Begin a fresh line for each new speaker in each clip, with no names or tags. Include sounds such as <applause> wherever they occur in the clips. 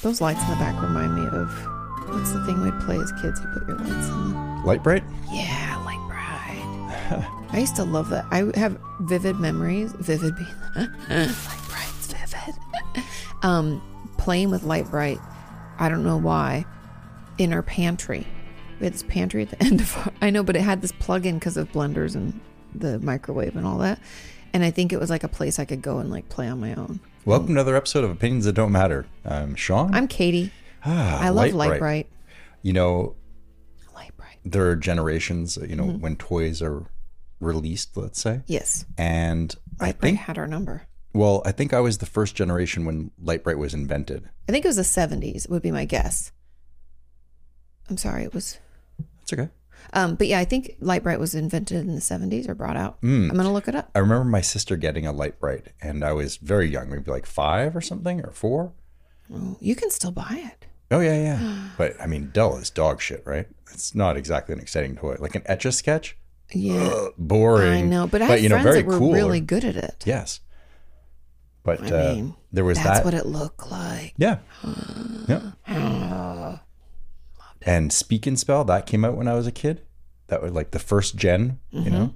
Those lights in the back remind me of what's the thing we'd play as kids? You put your lights in the
Light bright?
yeah, like bride. <laughs> I used to love that. I have vivid memories. Vivid being <laughs> like bright's vivid. <laughs> um, playing with light bright. I don't know why. In our pantry, we had this pantry at the <laughs> end of. Our, I know, but it had this plug in because of blenders and the microwave and all that. And I think it was like a place I could go and like play on my own.
Welcome to another episode of Opinions That Don't Matter. I'm Sean.
I'm Katie.
Ah,
I love Uh, light bright.
You know,
Light bright.
there are generations, you
Mm-hmm.
know, when toys are released, let's say.
Yes.
And I
Light bright
think,
had our number.
well, I think I was the first generation when Light Bright was invented.
I think it was the 70s would be my guess. I'm sorry, it was
That's okay.
um but yeah, I think light bright was invented in the 70s or brought out.
Hmm.
I'm going to look it up.
I remember my sister getting a Light Bright, and I was very young, maybe like five or something or four.
Oh, you can still buy it.
Oh,
<sighs>
yeah, yeah. but I mean, Dell is dog shit, right? It's not exactly an exciting toy. Like an etch a sketch?
Yeah.
Boring.
I know, but I had
you know,
friends
very
that were
cool or-
really good at it.
Yes. But
I
uh,
mean,
there was
That's
that.
what it looked like. <gasps>
yeah. yeah. And Speak and Spell, that came out when I was a kid. That was like the first general
Mm-hmm.
you know?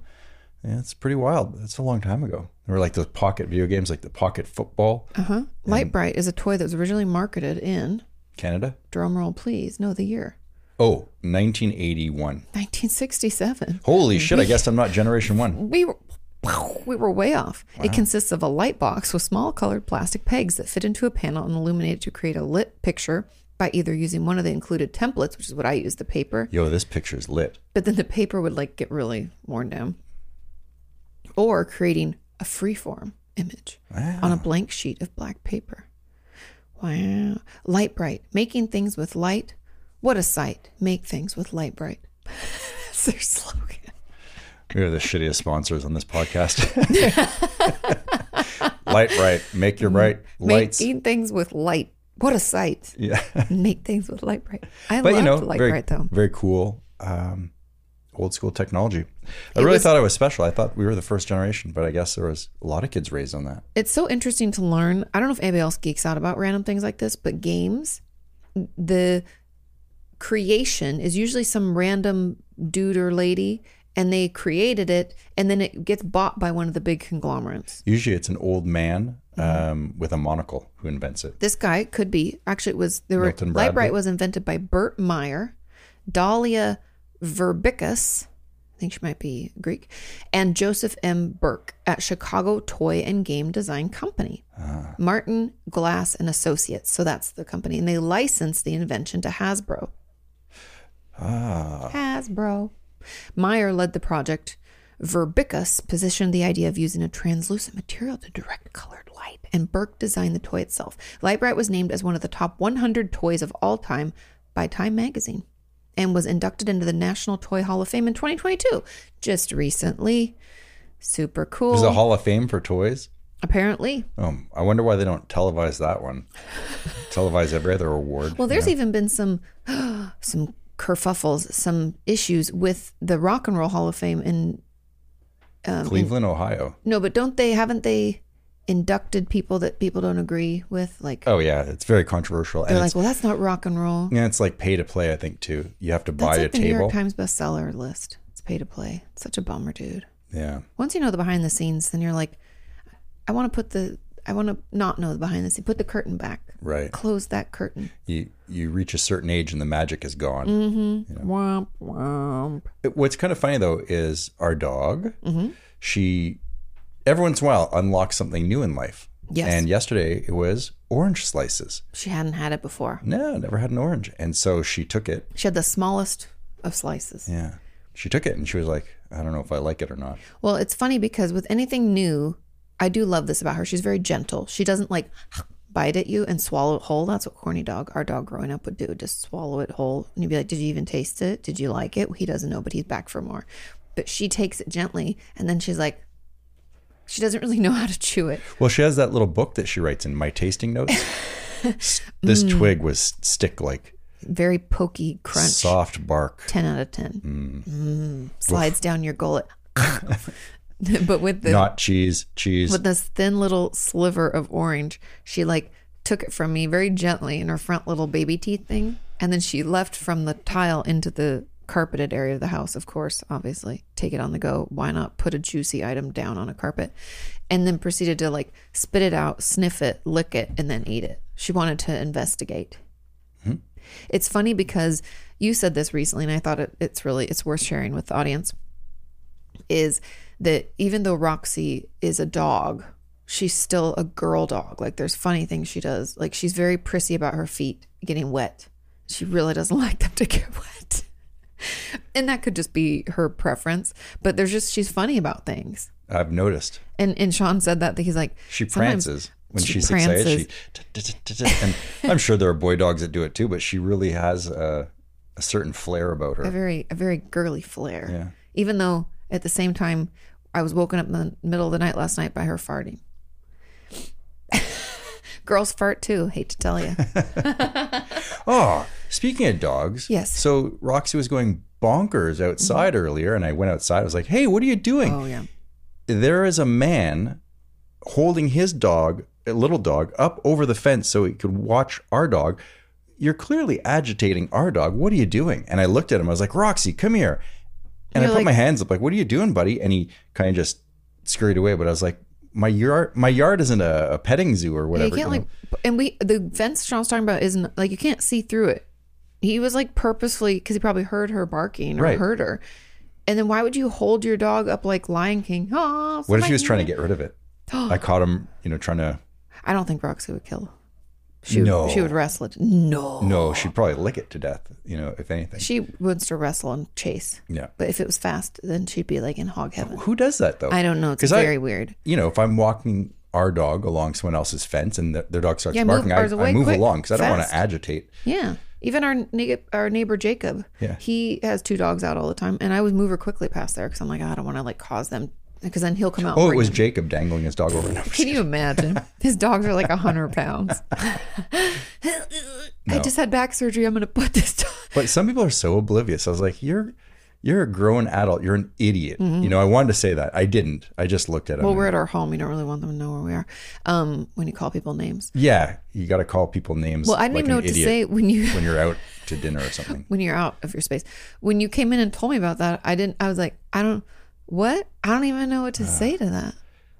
Yeah, it's pretty wild. That's a long time ago. There were like those pocket video games, like the pocket football,
Uh-huh. Light bright is a toy that was originally marketed in
Canada.
drum roll please, no the year.
Oh, 1981.
1967.
Holy shit, I guess I'm not generation one.
we were we were way off. It consists of a light box with small colored plastic pegs that fit into a panel and illuminated to create a lit picture by either using one of the included templates, which is what I used, the paper,
Yo, this picture's lit.
but then the paper would like get really worn down, or creating a freeform image on a blank sheet of black paper. Wow. Light bright, making things with light. What a sight. Make things with light bright. <laughs> That's their slogan.
We are the shittiest sponsors on this
<laughs>
podcast. <laughs> Light bright, make
Mm-hmm.
your bright lights.
Making things with light. What a sight.
Yeah.
make things with light bright. I
but
loved
you know,
light
very,
bright though.
very cool, um, old school technology. I
It
really
was-
thought I was special. I thought we were the first generation, but I guess there was a lot of kids raised on that.
It's so interesting to learn. I don't know if anybody else geeks out about random things like this, but games, the creation is usually some random dude or lady, and they created it, and then it gets bought by one of the big conglomerates.
Usually, it's an old man
Mm-hmm.
um, with a monocle who invents it.
This guy could be actually it was there were
Milton
light
Bradley.
bright was invented by Bert Meyer, Dahlia Verbicus, I think she might be Greek, and Joseph M. Burke at Chicago Toy and Game Design Company.
Ah.
Martin Glass and Associates. So that's the company. And they licensed the invention to Hasbro.
Ah,
Hasbro. Meyer led the project. Verbicus positioned the idea of using a translucent material to direct colored light, and Burke designed the toy itself. Light Bright was named as one of the top 100 toys of all time by Time magazine and was inducted into the National Toy Hall of Fame in 2022, just recently. Super cool.
there's a Hall of Fame for toys.
Apparently.
Um, I wonder why they don't televise
<laughs>
that one. televise every other award.
Well,
you
there's
know?
even been some <gasps> some kerfuffles, some issues with the Rock and Roll Hall of Fame in
Cleveland, Ohio.
No, but don't they haven't they inducted people that people don't agree with? Like
Oh yeah, it's very controversial, and
they're
it's,
like, well, that's not rock and roll.
yeah, it's like pay to play. I think too. You have to
That's
buy
like
a
the New
table.
York Times bestseller list. It's pay to play. It's such a bummer, dude.
Yeah.
Once you know the behind the scenes, then you're like, I want to put the I want to not know the behind the scenes. Put the curtain back.
Right.
Close that curtain.
You you reach a certain age and the magic is gone.
Womp womp.
It- What's kind of funny though is our dog.
Mm-hmm.
She every once in a while unlocks something new in life.
Yes.
And yesterday it was orange slices.
She hadn't had it before.
No, never had an orange, and so she took it.
She had the smallest of slices.
Yeah, she took it, and she was like, "I don't know if I like it or not."
Well, it's funny because with anything new, I do love this about her. She's very gentle. She doesn't like <sighs> bite at you and swallow it whole. That's what corny dog, our dog growing up would do, just swallow it whole. And you'd be like, Did you even taste it? Did you like it? He doesn't know, but he's back for more. But she takes it gently and then she's like, she doesn't really know how to chew it.
Well, she has that little book that she writes in my
<laughs>
tasting notes. S- this
Mm.
twig was stick like
Very pokey crunch.
soft bark.
10 out of 10. Mm. Slides down your gullet. <laughs> but with the
Not cheese, cheese.
with this thin little sliver of orange, she like took it from me very gently in her front little baby teeth thing. And then she left from the tile into the carpeted area of the house, of course, obviously. Take it on the go. Why not put a juicy item down on a carpet? And then proceeded to like spit it out, sniff it, lick it, and then eat it. She wanted to investigate. It's funny because you said this recently, and I thought it, it's really it's worth sharing with the audience. Is that even though Roxy is a dog, she's still a girl dog. Like there's funny things she does. Like she's very prissy about her feet getting wet. She really doesn't <laughs> like them to get wet. And that could just be her preference, but there's just she's funny about things.
I've noticed.
And and Sean said that, that he's like
She
sometimes-
prances when
she
she's
prances.
excited. She, and I'm sure there are boy dogs that do it too, but she really has a, a certain flair about
a
her.
very a very girly flair.
Yeah.
Even though at the same time I was woken up in the middle of the night last night by her farting. <laughs> Girls fart too, hate to tell you.
Oh, speaking of dogs.
Yes. Mm-hmm.
So Roxy was going bonkers outside earlier, and I went outside. I was like, hey, what are you doing?
oh yeah.
there is a man holding his dog, a little dog, up over the fence so he could watch our dog. You're clearly agitating our dog. What are you doing? And I looked at him. I was like, Roxy, come here. And I
You're
put
like-
my hands up, like, what are you doing, buddy? And he kind of just scurried away. But I was like, my yard, my yard isn't a, a petting zoo or
Yeah,
whatever.
You can't
you
like,
know?
and we the fence Sean's talking about isn't like you can't see through it. He was like purposefully because he probably heard her barking or
Right.
heard her, and then why would you hold your dog up like Lion King? Oh,
what if he was trying to get rid
<gasps>
of it? I caught him, you know, trying to.
I don't think Roxy would kill. She
No.
would, she would wrestle it. No,
No, she'd probably lick it to death, you know, if anything.
Oh. she wants to wrestle and chase.
Yeah.
But if it was fast, then she'd be like in hog heaven.
Who does that though?
I don't know. It's
'Cause I-
very weird.
you know, if I'm walking our dog along someone else's fence and the, their dog starts
Yeah, move
barking, I,
ours away
I move
quick,
along because I don't want
fast.
to agitate.
Yeah. Even our neighbor, our neighbor Jacob,
Yeah.
he has two dogs out all the time, and I always move her quickly past there because I'm like, "Oh, I don't want to like cause them, because then he'll come out. and
Oh, it
bring
was
them.
Jacob dangling his dog over.
Can you
<laughs>
imagine? His dogs are like hundred pounds. I just had back surgery. I'm gonna put this. Dog. <laughs>
But some people are so oblivious. I was like, you're. You're a grown adult. You're an idiot. You know, I wanted to say that. I didn't. I just looked at him.
Mm-hmm. Well,
and-
we're at our home. You don't really want them to know where we are. Um, when you call people names.
yeah, you got to call people names.
Well, I didn't
like
even know
an
what to
idiot
say when you <laughs>
when you're out to dinner or something.
when you're out of your space. When you came in and told me about that, I didn't. I was like, I don't. What? I don't even know what to
Uh.
say to that.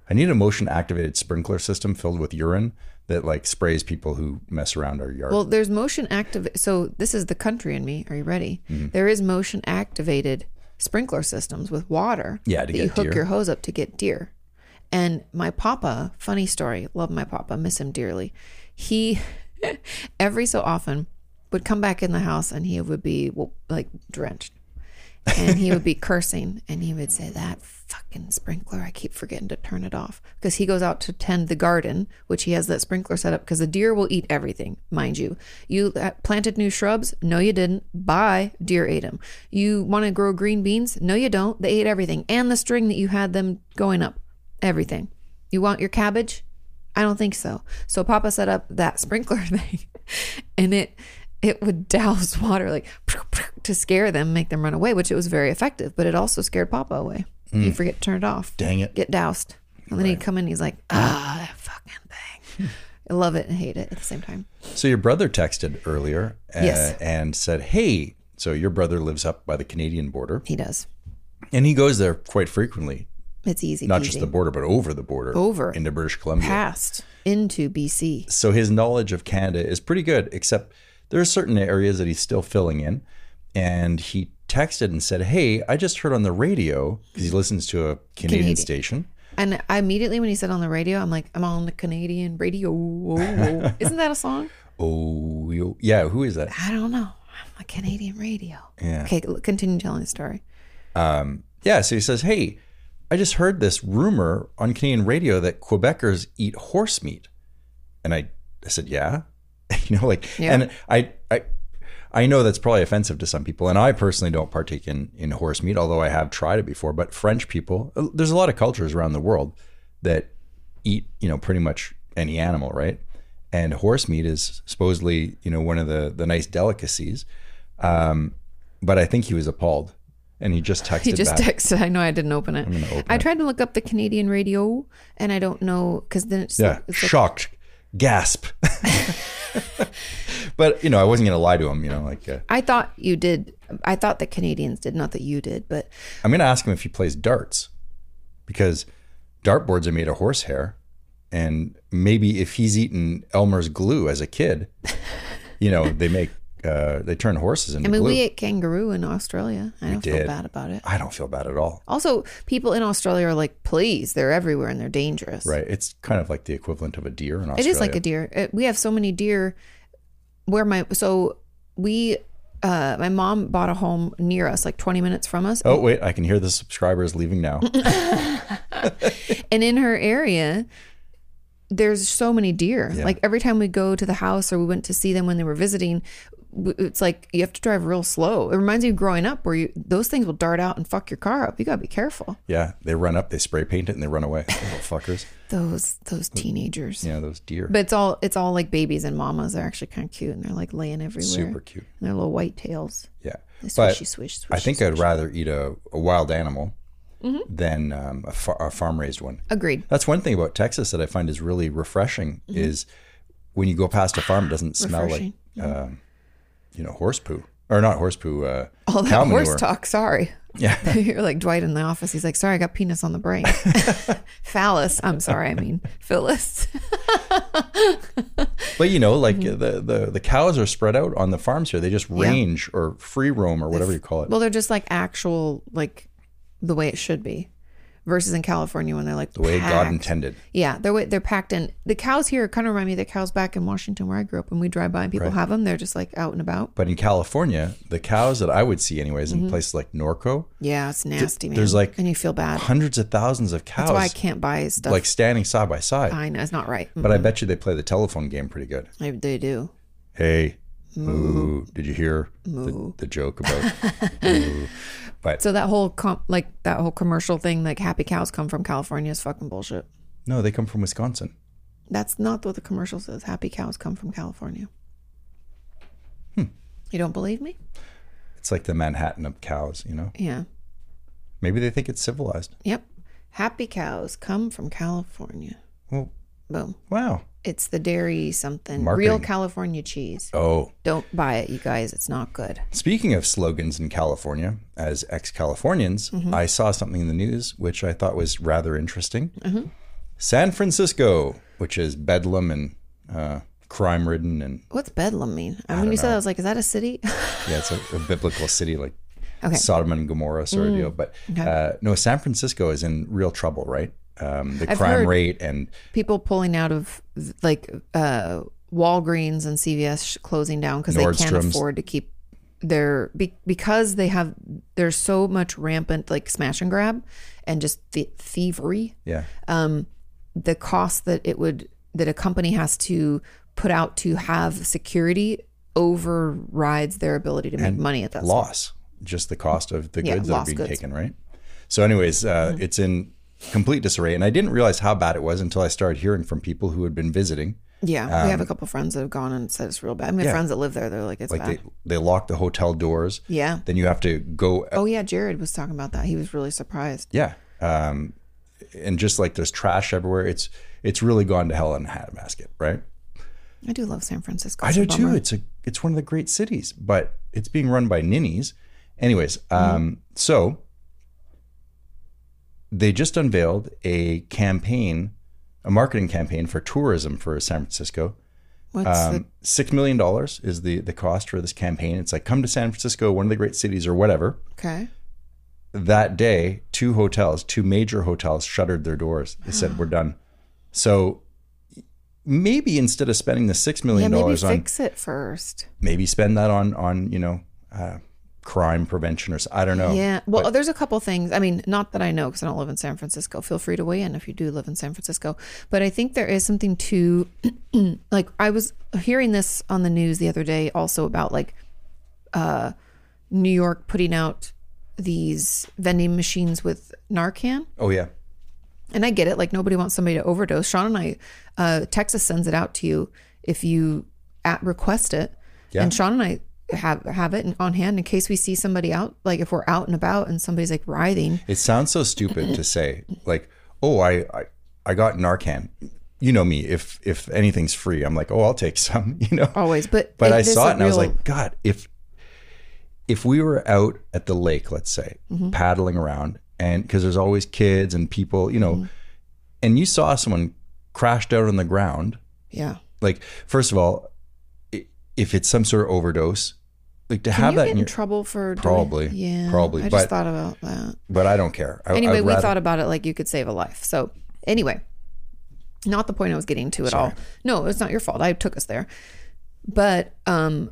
I need a motion activated sprinkler system filled with urine that like sprays people who mess around our yard.
Well, there's motion active. So this is the country in me. Are you ready?
Mm-hmm.
There is motion activated sprinkler systems with water.
Yeah, to
that you
get
hook
deer.
your hose up to get deer. And my papa, funny story. Love my papa. Miss him dearly. He <laughs> every so often would come back in the house and he would be well, like drenched. and he would be cursing and he would say that fucking sprinkler i keep forgetting to turn it off because he goes out to tend the garden which he has that sprinkler set up because the deer will eat everything mind you you uh, planted new shrubs no you didn't bye deer ate them you want to grow green beans no you don't they ate everything and the string that you had them going up everything you want your cabbage I don't think so. So Papa set up that sprinkler <laughs> thing, and it it would douse <laughs> water like to scare them, make them run away, which it was very effective. But it also scared Papa away. You forget to turn it off.
Mm. Dang it.
Get doused, and then he'd come in. He's like, ah, that fucking thing. I love it and hate it at the same time.
So your brother texted earlier uh,
Yes.
and said, "Hey, so your brother lives up by the Canadian border,
He does.
and he goes there quite frequently,
It's easy.
not
peasy.
just the border, but over the border,
Over.
into British Columbia.
past into BC.
So his knowledge of Canada is pretty good, except there are certain areas that he's still filling in. And he texted and said, "Hey, I just heard on the radio because he listens to a Canadian,
Canadian.
station.
And I immediately when he said on the radio, I'm like, I'm on the Canadian radio. <laughs> Isn't that a song?
Oh, yo- yeah, who is that?
I don't know. I'm a Canadian radio.
Yeah.
Okay, l- continue telling the story.
Yeah, so he says, Hey, I just heard this rumor on Canadian radio that Quebecers eat horse meat. And I I said, yeah. <laughs> you know, like,
Yeah.
and I, I, I know that's probably offensive to some people, and I personally don't partake in in horse meat, although I have tried it before. But French people, uh, there's a lot of cultures around the world that eat, you know, pretty much any animal, right? And horse meat is supposedly, you know, one of the the nice delicacies. Um, but I think he was appalled, and he just texted
<laughs> He just
back.
texted. I know I didn't open it. I tried to look up the Canadian radio, and I don't know because then it's
yeah,
it's
shocked, gasp. <laughs> but you know, I wasn't going to lie to him. You know, like uh,
I thought you did. I thought that Canadians did, not that you did, but
I'm going to ask him if he plays darts because dartboards are made of horsehair. And maybe if he's eaten Elmer's glue as a kid, you know, they make, uh, they turn horses into
I mean,
glue.
we ate kangaroo in Australia. I don't feel
did.
bad about it.
I don't feel bad at all.
Also, people in Australia are like, please, they're everywhere and they're dangerous.
Right. It's kind of like the equivalent of a deer in Australia.
It is like a deer. It, we have so many deer. Where my so we, uh, my mom bought a home near us, like twenty minutes from us,
Oh, wait. I can hear the subscribers leaving now. <laughs>
and in her area there's so many deer
Yeah.
like every time we go to the house or we went to see them when they were visiting w- it's like you have to drive real slow it reminds me of growing up where you those things will dart out and fuck your car up you gotta be careful
yeah. They run up, they spray paint it, and they run away. Little fuckers.
those those teenagers
You know, those deer.
but it's all it's all like babies and mamas they're actually kind of cute and they're like laying everywhere
Super cute.
and their little white tails
Yeah.
they
But-
swishy swish swish
I think I'd rather eat a, a wild animal
Mm-hmm.
than um, a, far, a farm raised one.
agreed
That's one thing about Texas that I find is really refreshing is when you go past a farm, it doesn't smell like,
Mm-hmm. Refreshing.
um, you know, horse poo or not horse poo. Uh,
all that
cow
horse
manure.
talk sorry
Yeah.
<laughs> You're like Dwight in the office. He's like, sorry, I got penis on the brain. <laughs> Phallus. I'm sorry. I mean, <laughs> Phyllis. <laughs>
But you know, like
Mm-hmm.
the, the the cows are spread out on the farms here. They just range or free roam or whatever you call it.
Well, they're just like actual, like the way it should be versus in California when they're like,
the way God
packed.
intended.
Yeah, they're, wa- they're packed in. The cows here kind of remind me of the cows back in Washington where I grew up. When we drive by and people have them, they're just like out and about.
But in California, the cows that I would see anyways
Mm-hmm.
in places like Norco,
Yeah, it's nasty, man.
there's like
and you feel bad.
hundreds of thousands of cows
That's why I can't buy stuff.
like standing side by side.
I know, it's not right.
But I bet you they play the telephone game pretty good.
I, they do.
Hey, moo. Did you hear the, the joke about? moo? But
So that whole com- like that whole commercial thing, like happy cows come from California, is fucking bullshit.
no, they come from Wisconsin.
That's not what the commercial says. Happy cows come from California. You don't believe me?
It's like the Manhattan of cows, you know?
Yeah.
Maybe they think it's civilized.
Yep. Happy cows come from California.
Well,
Boom.
wow.
It's the dairy something. Real
Marketing.
California cheese.
Oh,
Don't buy it, you guys. It's not good.
speaking of slogans in California, as ex Californians, I saw something in the news which I thought was rather interesting. San Francisco, which is bedlam and uh, crime ridden, and
What's bedlam mean? I mean, you said that, I was like, is that a city? <laughs>
yeah, it's a, a biblical city like
okay. Mm.
Sodom and Gomorrah sort of deal. But uh, no, San Francisco is in real trouble, right? Um, the crime
heard-
rate and
People pulling out of like uh, Walgreens and CVS sh- closing down because they can't
Nordstrom's.
afford to keep their be, because they have there's so much rampant like smash and grab and just th- thievery
yeah,
the cost that it would that a company has to put out to have security overrides their ability to make money at that point.
loss, just the cost of the
Yeah,
goods that are
lost
being
goods. Mm-hmm.
taken, right? So, anyways, uh, it's in complete disarray, and I didn't realize how bad it was until I started hearing from people who had been visiting.
Yeah, we have a couple friends that have gone and said it's real bad. I mean, friends that live there, they're like it's
um, Like
bad.
they uh, they lock the hotel doors.
yeah.
Then you have to go.
Oh yeah, Jared was talking about that. He was really surprised.
Yeah. Um, and just like there's trash everywhere, it's it's really gone to hell in a handbasket, right?
I do love San Francisco.
I
It's a
do too.
bummer.
It's a it's one of the great cities, but it's being run by ninnies. Anyways, um, so they just unveiled a campaign, a marketing campaign for tourism for San Francisco.
What's the,
Um, Six million dollars is the the cost for this campaign. It's like come to San Francisco, one of the great cities, or whatever.
okay?
That day, two hotels, two major hotels, shuttered their doors. They
<gasps>
said we're done. So maybe instead of spending the six
Yeah,
million
maybe
dollars on
fix it first.
maybe spend that on on you know uh, crime prevention or s- I don't know.
Yeah. Well, there's a couple things. I mean, not that I know because I don't live in San Francisco. Feel free to weigh in if you do live in San Francisco. But I think there is something to, <clears throat> like, I was hearing this on the news the other day also about, like, uh, New York putting out these vending machines with Narcan.
Oh yeah.
And I get it. Like, nobody wants somebody to overdose. Sean and I, uh, Texas sends it out to you if you at request it.
Yeah.
And Sean and I have have it on hand in case we see somebody out. Like if we're out and about and somebody's like writhing.
It sounds so stupid to say like, "Oh, I I, I got Narcan." You know me. If if anything's free, I'm like, "Oh, I'll take some," <laughs> you know.
Always, but
but I
there's
saw
a
it and I was
Oh, real-
like, God, if if we were out at the lake, let's say,
Mm-hmm.
paddling around, and because there's always kids and people, you know,
Mm-hmm.
and you saw someone crashed out on the ground,
yeah.
like first of all, i- if it's some sort of overdose, like to
Can
have
you
that
get in
in your,
trouble for doing-
Probably.
yeah,
Probably,
I just
but-
thought about that.
but I don't care. I,
anyway,
I'd
we
rather-
thought about it like you could save a life. So anyway, not the point I was getting to at all. No, it's not your fault. I took us there. But um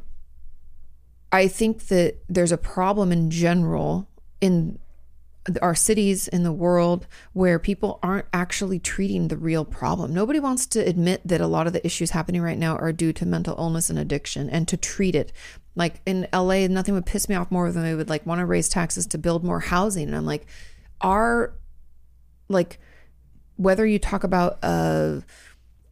I think that there's a problem in general in our cities in the world where people aren't actually treating the real problem. Nobody wants to admit that a lot of the issues happening right now are due to mental illness and addiction and to treat it. Like in LA, nothing would piss me off more than they would like want to raise taxes to build more housing. And I'm like, are like whether you talk about uh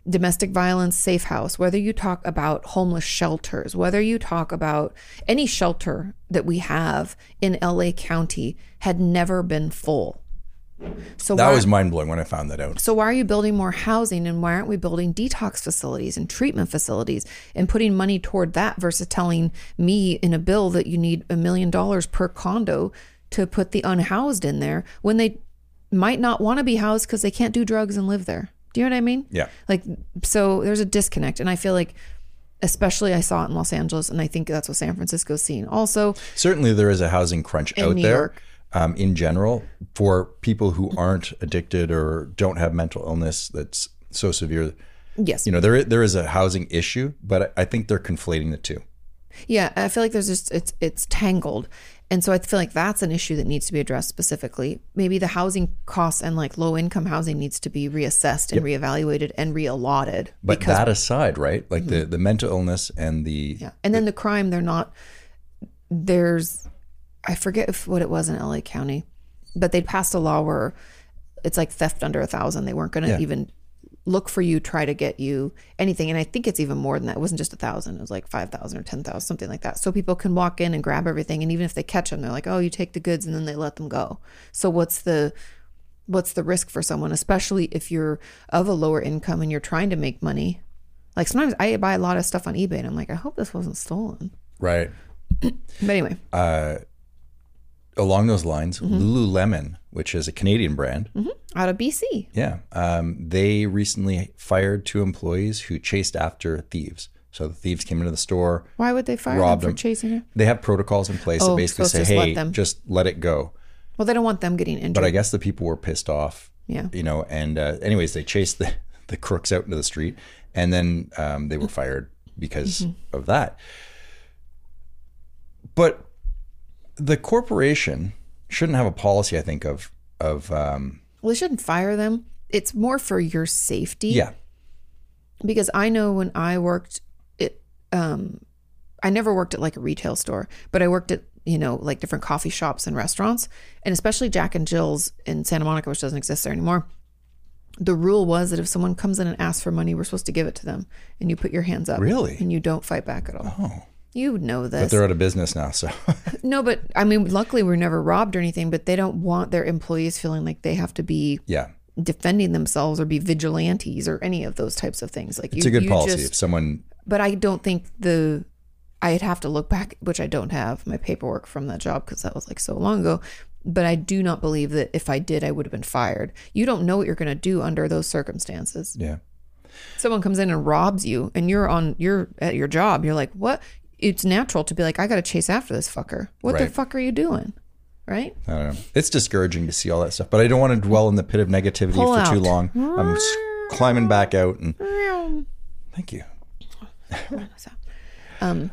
domestic violence safe house, whether you talk about homeless shelters, whether you talk about any shelter that we have in LA County had never been full. So
that
why,
was mind blowing when I found that out.
so why are you building more housing and why aren't we building detox facilities and treatment facilities and putting money toward that versus telling me in a bill that you need a million dollars per condo to put the unhoused in there when they might not want to be housed because they can't do drugs and live there. Do you know what I mean?
Yeah.
Like so there's a disconnect and I feel like especially I saw it in Los Angeles and I think that's what San Francisco's seeing also.
Certainly, there is a housing crunch out
New
there
York.
um, in general for people who aren't addicted or don't have mental illness that's so severe.
Yes.
You know, there i- there is a housing issue, but I I think they're conflating the two.
Yeah, I feel like there's just it's it's tangled. And so I feel like that's an issue that needs to be addressed specifically. Maybe the housing costs and like low income housing needs to be reassessed and reevaluated and reallotted.
But that aside, right? Like the the mental illness and the
Mm. Yeah. And then the crime, they're not, there's, I forget if what it was in LA County, but they passed a law where it's like theft under a thousand. They weren't going to even look for you, try to get you anything. And I think it's even more than that. It wasn't just a thousand, it was like 5,000 or 10,000, something like that. So people can walk in and grab everything. And even if they catch them, they're like, oh, you take the goods and then they let them go. So what's the, what's the risk for someone, especially if you're of a lower income and you're trying to make money? Like sometimes I buy a lot of stuff on eBay and I'm like, I hope this wasn't stolen.
right
But anyway,
along those lines.
Mm-hmm.
Lululemon, which is a Canadian brand,
out of BC.
yeah, um, they recently fired two employees who chased after thieves. So the thieves came into the store.
Why would they fire
Robbed
them for
them.
chasing her?
They have protocols in place
Oh,
that basically
so
say,
just let
"Hey,
them.
just let it go."
Well, they don't want them getting injured.
But I guess the people were pissed off.
Yeah.
You know, and uh, anyways, they chased the, <laughs> the crooks out into the street and then um, they were fired because
Mm-hmm.
of that. But the corporation shouldn't have a policy, I think, of, of um,
well, they shouldn't fire them. It's more for your safety.
yeah,
because I know when I worked it um I never worked at like a retail store, but I worked at you know like different coffee shops and restaurants and especially Jack and Jill's in Santa Monica which doesn't exist there anymore. The rule was that if someone comes in and asks for money, we're supposed to give it to them and you put your hands up.
Really?
And you don't fight back at all. Oh. You know
but
this.
they're out of business now. So <laughs>
no, but I mean luckily we are never robbed or anything, but they don't want their employees feeling like they have to be
yeah,
defending themselves or be vigilantes or any of those types of things. Like
it's a good policy if someone,
but I don't think the I'd have to look back, which I don't have my paperwork from that job because that was like so long ago. But I do not believe that if I did, I would have been fired. You don't know what you're going to do under those circumstances.
yeah.
Someone comes in and robs you, and you're on you're at your job. You're like, what? It's natural to be like, I got to chase after this fucker. What the
Right.
fuck are you doing? Right?
I don't know. It's discouraging to see all that stuff, but I don't want to dwell in the pit of negativity
Pull
for
out.
too long. I'm s- climbing back out and thank you.
Um,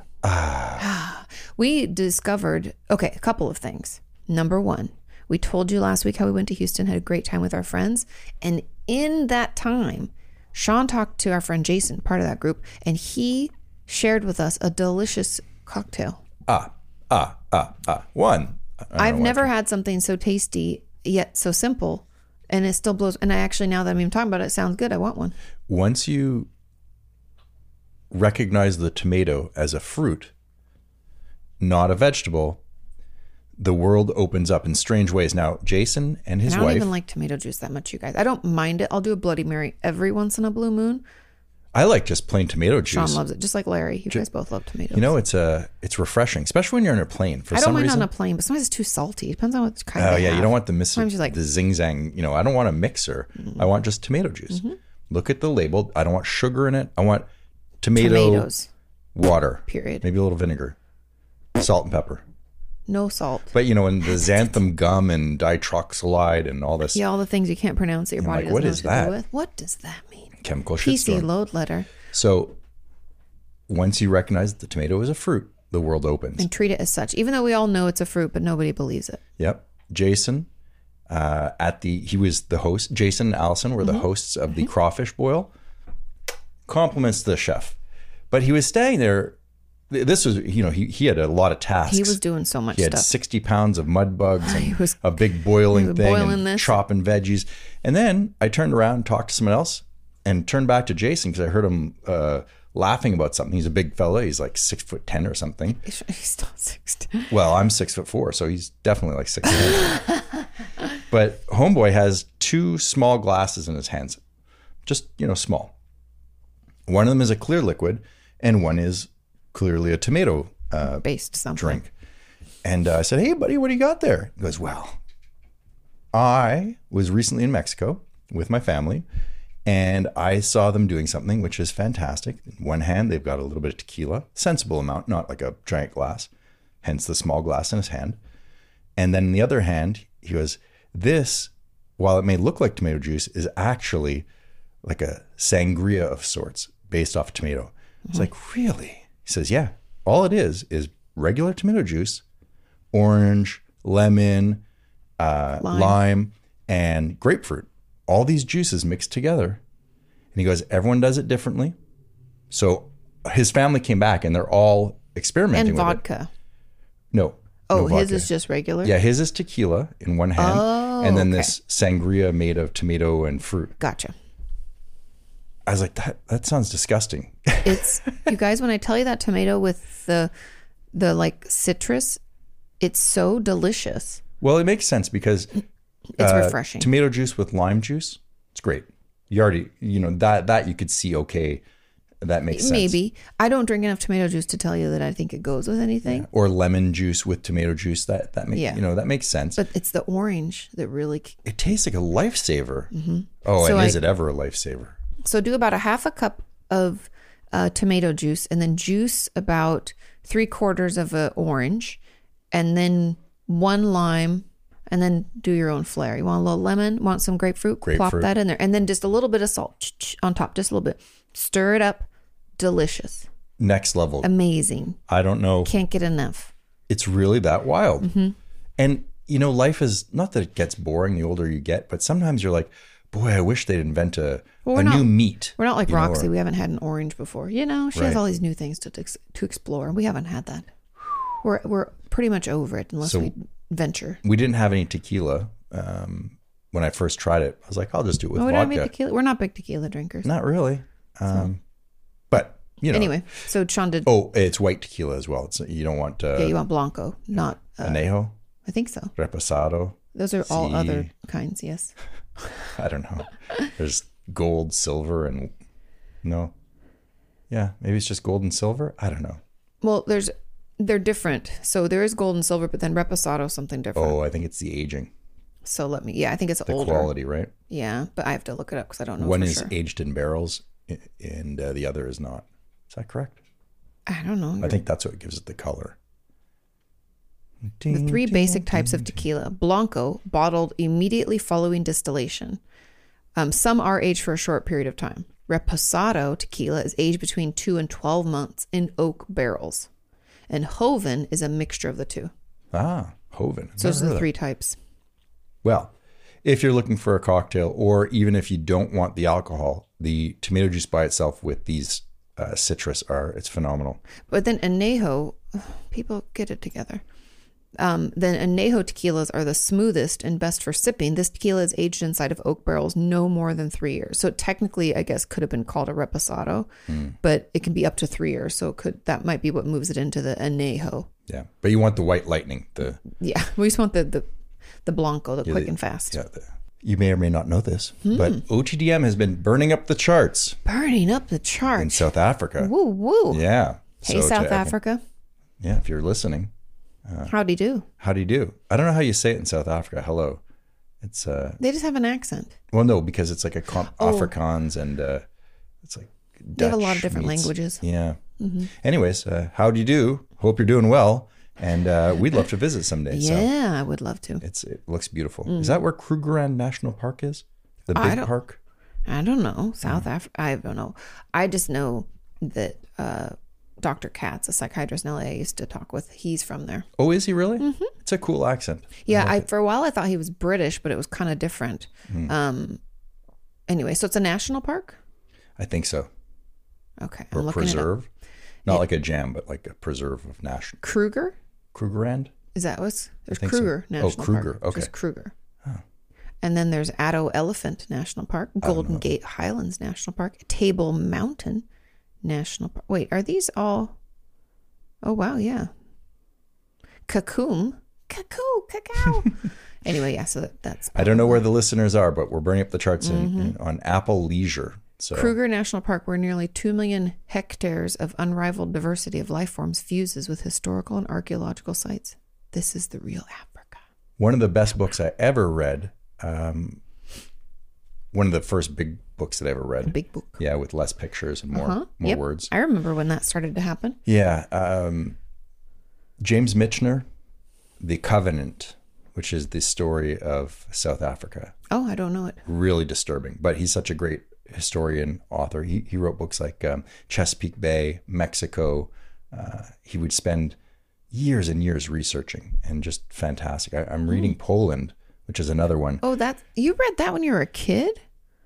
We discovered, okay, a couple of things. Number one, we told you last week how we went to Houston, had a great time with our friends. And in that time, Sean talked to our friend Jason, part of that group, and he shared with us a delicious cocktail.
Ah, ah, ah, ah. One. I don't
I've
know why.
never had something so tasty yet so simple. And it still blows. And I actually, now that I'm even talking about it, it sounds good. I want one.
Once you recognize the tomato as a fruit, not a vegetable, the world opens up in strange ways. Now, Jason and his
And I don't
wife.
even like tomato juice that much, you guys. I don't mind it. I'll do a Bloody Mary every once in a blue moon.
I like just plain tomato
Sean
juice.
loves it, just like Larry. You guys both love tomatoes.
You know, it's uh, it's refreshing, especially when you're on a plane. For
I don't
some
mind
reason,
on a plane, but sometimes it's too salty. It depends on what kind.
Oh
they
yeah, you
have.
don't want the mis-
Sometimes you're like-
the zing zang. You know, I don't want a mixer. I want just tomato juice.
Mm-hmm.
Look at the label. I don't want sugar in it. I want tomato
tomatoes.
water.
Period.
Maybe a little vinegar, salt and pepper.
No salt.
But you know, and the xanthan gum and ditroxylide and all this
Yeah, all the things you can't pronounce that your body
like,
doesn't
what
know what to
is
do
that?
with. What does that mean?
chemical
PC
shitstorm.
load letter
So once you recognize that the tomato is a fruit, the world opens.
and treat it as such, even though we all know it's a fruit, but nobody believes it.
Yep. Jason, uh, at the he was the host. Jason and Allison were the
Mm-hmm.
hosts of the crawfish boil. Compliments to the chef, but he was staying there. th- This was you know he he had a lot of tasks.
He was doing so much
He had
stuff.
sixty pounds of
<laughs>
mud bugs and
was-
a big boiling
he was
thing,
boiling
and
this.
chopping veggies. And then I turned around, and talked to someone else, and turned back to Jason because I heard him uh, laughing about something. He's a big fella. He's like six foot ten or something.
He's <laughs> not six.
Well, I'm six foot four, so he's definitely like six. foot. but homeboy has two small glasses in his hands, just you know, small. One of them is a clear liquid, and one is clearly a tomato
based something.
Uh, drink. And uh, I said, "Hey, buddy, what do you got there?" He goes, "Well, I was recently in Mexico with my family, and I saw them doing something which is fantastic. In one hand, they've got a little bit of tequila, sensible amount, not like a giant glass, hence the small glass in his hand. And then in the other hand, he goes, "This, while it may look like tomato juice, is actually like a sangria of sorts based off tomato." It's like, "Really?" He says, "Yeah. All it is is regular tomato juice, orange, lemon, uh, lime.
Lime.
and grapefruit. All these juices mixed together." And he goes, "Everyone does it differently." So his family came back, and they're all experimenting
And
with it.
vodka.
No.
Oh,
no
his
vodka.
is just regular?
Yeah, his is tequila in one hand,
Oh,
and then
okay.
this sangria made of tomato and fruit.
Gotcha.
I was like, that that sounds disgusting. <laughs>
It's you guys. When I tell you that tomato with the the like citrus, it's so delicious.
well, it makes sense because
It's
uh,
refreshing.
Tomato juice with lime juice, it's great. You already, you know that that you could see okay. That makes sense.
Maybe I don't drink enough tomato juice to tell you that I think it goes with anything.
Or lemon juice with tomato juice. That that makes
Yeah.
you know that makes sense.
But it's the orange that really. k-
it tastes like a lifesaver. Oh,
Mm-hmm. So
and
I-
is it ever a lifesaver?
So do about a half a cup of uh, tomato juice, and then juice about three quarters of an orange, and then one lime, and then do your own flair. You want a little lemon? Want some grapefruit? Plop
Grapefruit.
that in there, and then just a little bit of salt ch- ch- on top, just a little bit. Stir it up. Delicious,
Next level.
amazing.
I don't know.
Can't get enough.
it's really that wild.
Mm-hmm.
And you know, life is not that it gets boring the older you get, but sometimes you're like, boy, I wish they'd invent a,
Well, we're
a
not-
new meat.
We're not like
you know, or-
Roxy. we haven't had an orange before. You know, she has
Right.
all these new things to ex- to explore. We haven't had that. We're we're pretty much over it unless
So-
we venture.
we didn't have any tequila um, when I first tried it. I was like, I'll just do it with
Oh, we don't have any
vodka.
tequila. We're not big tequila drinkers.
Not really, um, but you know.
Anyway, so Sean did.
Oh, it's white tequila as well. It's you don't want uh,
yeah, you want blanco, not. Uh,
anejo,
I think so.
reposado.
Those are all
See.
other kinds. Yes.
I
<laughs>
don't know. There's gold, silver, and no. Yeah, maybe it's just gold and silver. I don't know.
Well, there's they're different. So there is gold and silver, but then reposado is something different.
Oh, I think it's the aging,
So let me. Yeah, I think it's
the
older.
quality, right?
Yeah, but I have to look it up because I don't know.
One
for
is
sure.
aged in barrels, i- and uh, the other is not. Is that correct?
I don't know.
I think that's what gives it the color.
The three basic types of tequila Blanco, bottled immediately following distillation. Um, some are aged for a short period of time. Reposado tequila is aged between two and 12 months in oak barrels. and hoven is a mixture of the two.
<laughs> Ah, Hoven. I've
So those are the
never heard of
three types.
Well, if you're looking for a cocktail, or even if you don't want the alcohol, the tomato juice by itself with these uh, citrus are it's phenomenal.
But then añejo, <sighs> people get it together. Um, then añejo tequilas are the smoothest and best for sipping. This tequila is aged inside of oak barrels no more than three years. So technically, I guess could have been called a reposado,
Hmm.
but it can be up to three years. So it could that might be what moves it into the añejo.
Yeah, but you want the white lightning. The
Yeah, <laughs> we just want the the, the blanco, the quick and fast.
yeah, the, you may or may not know this, but
Hmm.
OTDM has been burning up the charts
Burning up the
in
charts.
South Africa.
Woo woo.
Yeah.
Hey,
So
South
to-
Africa,
Yeah, if you're listening,
howdy do.
how do you do? I don't know how you say it in South Africa. Hello. It's uh
They just have an accent.
well no because it's like a comp- Afrikaans and uh it's like Dutch
They Oh. have a lot of different
meets-
languages. Mm-hmm.
Yeah. Anyways, uh, how do you do? Hope you're doing well, and uh, we'd love to visit someday. So
Yeah, I would love to.
it's it looks beautiful. Is that where Krugerrand National Park is? The
I
big
don't-
park.
I don't know. South Africa. I don't know. I just know that uh, Dr. Katz, a psychiatrist in LA, I used to talk with, he's from there.
Oh, is he really? It's a cool accent.
Mm-hmm. Yeah, I, for a while I thought he was British, but it was kind of different.
Hmm.
Um, anyway, so it's a national park?
I think so.
Okay.
Or
I'm looking at
preserve, not like a jam, but like a preserve of national
Kruger?
Krugerrand.
Is that what's? There's
think so.
Kruger
Oh,
National Park.
Kruger. Okay.
Just Kruger. And then there's Addo Elephant National Park, Golden Gate Highlands National Park, Table Mountain National Park. Wait, are these all? Oh, wow, yeah. Kakum. Kakoo, cacao.
<laughs>
anyway, yeah, so that, that's
I don't know where the listeners are, but we're burning up the charts in, in- on Apple Leisure. So
Mm-hmm. Kruger National Park, where nearly 2 million hectares of unrivaled diversity of life forms fuses with historical and archaeological sites. This is the real Africa.
one of the best books I ever read. Um, one of the first big books that I ever read.
The big book.
Yeah, with less pictures and more
Uh-huh.
more
Yep.
words.
I remember when that started to happen.
Yeah, um, James Michener, The Covenant, which is the story of South Africa.
Oh, I don't know it.
Really disturbing, but he's such a great historian, author. He he wrote books like um, Chesapeake Bay, Mexico. Uh, he would spend years and years researching, and just fantastic. I, I'm reading Poland, which is another one.
Hmm. Oh, that you read that when you were a kid?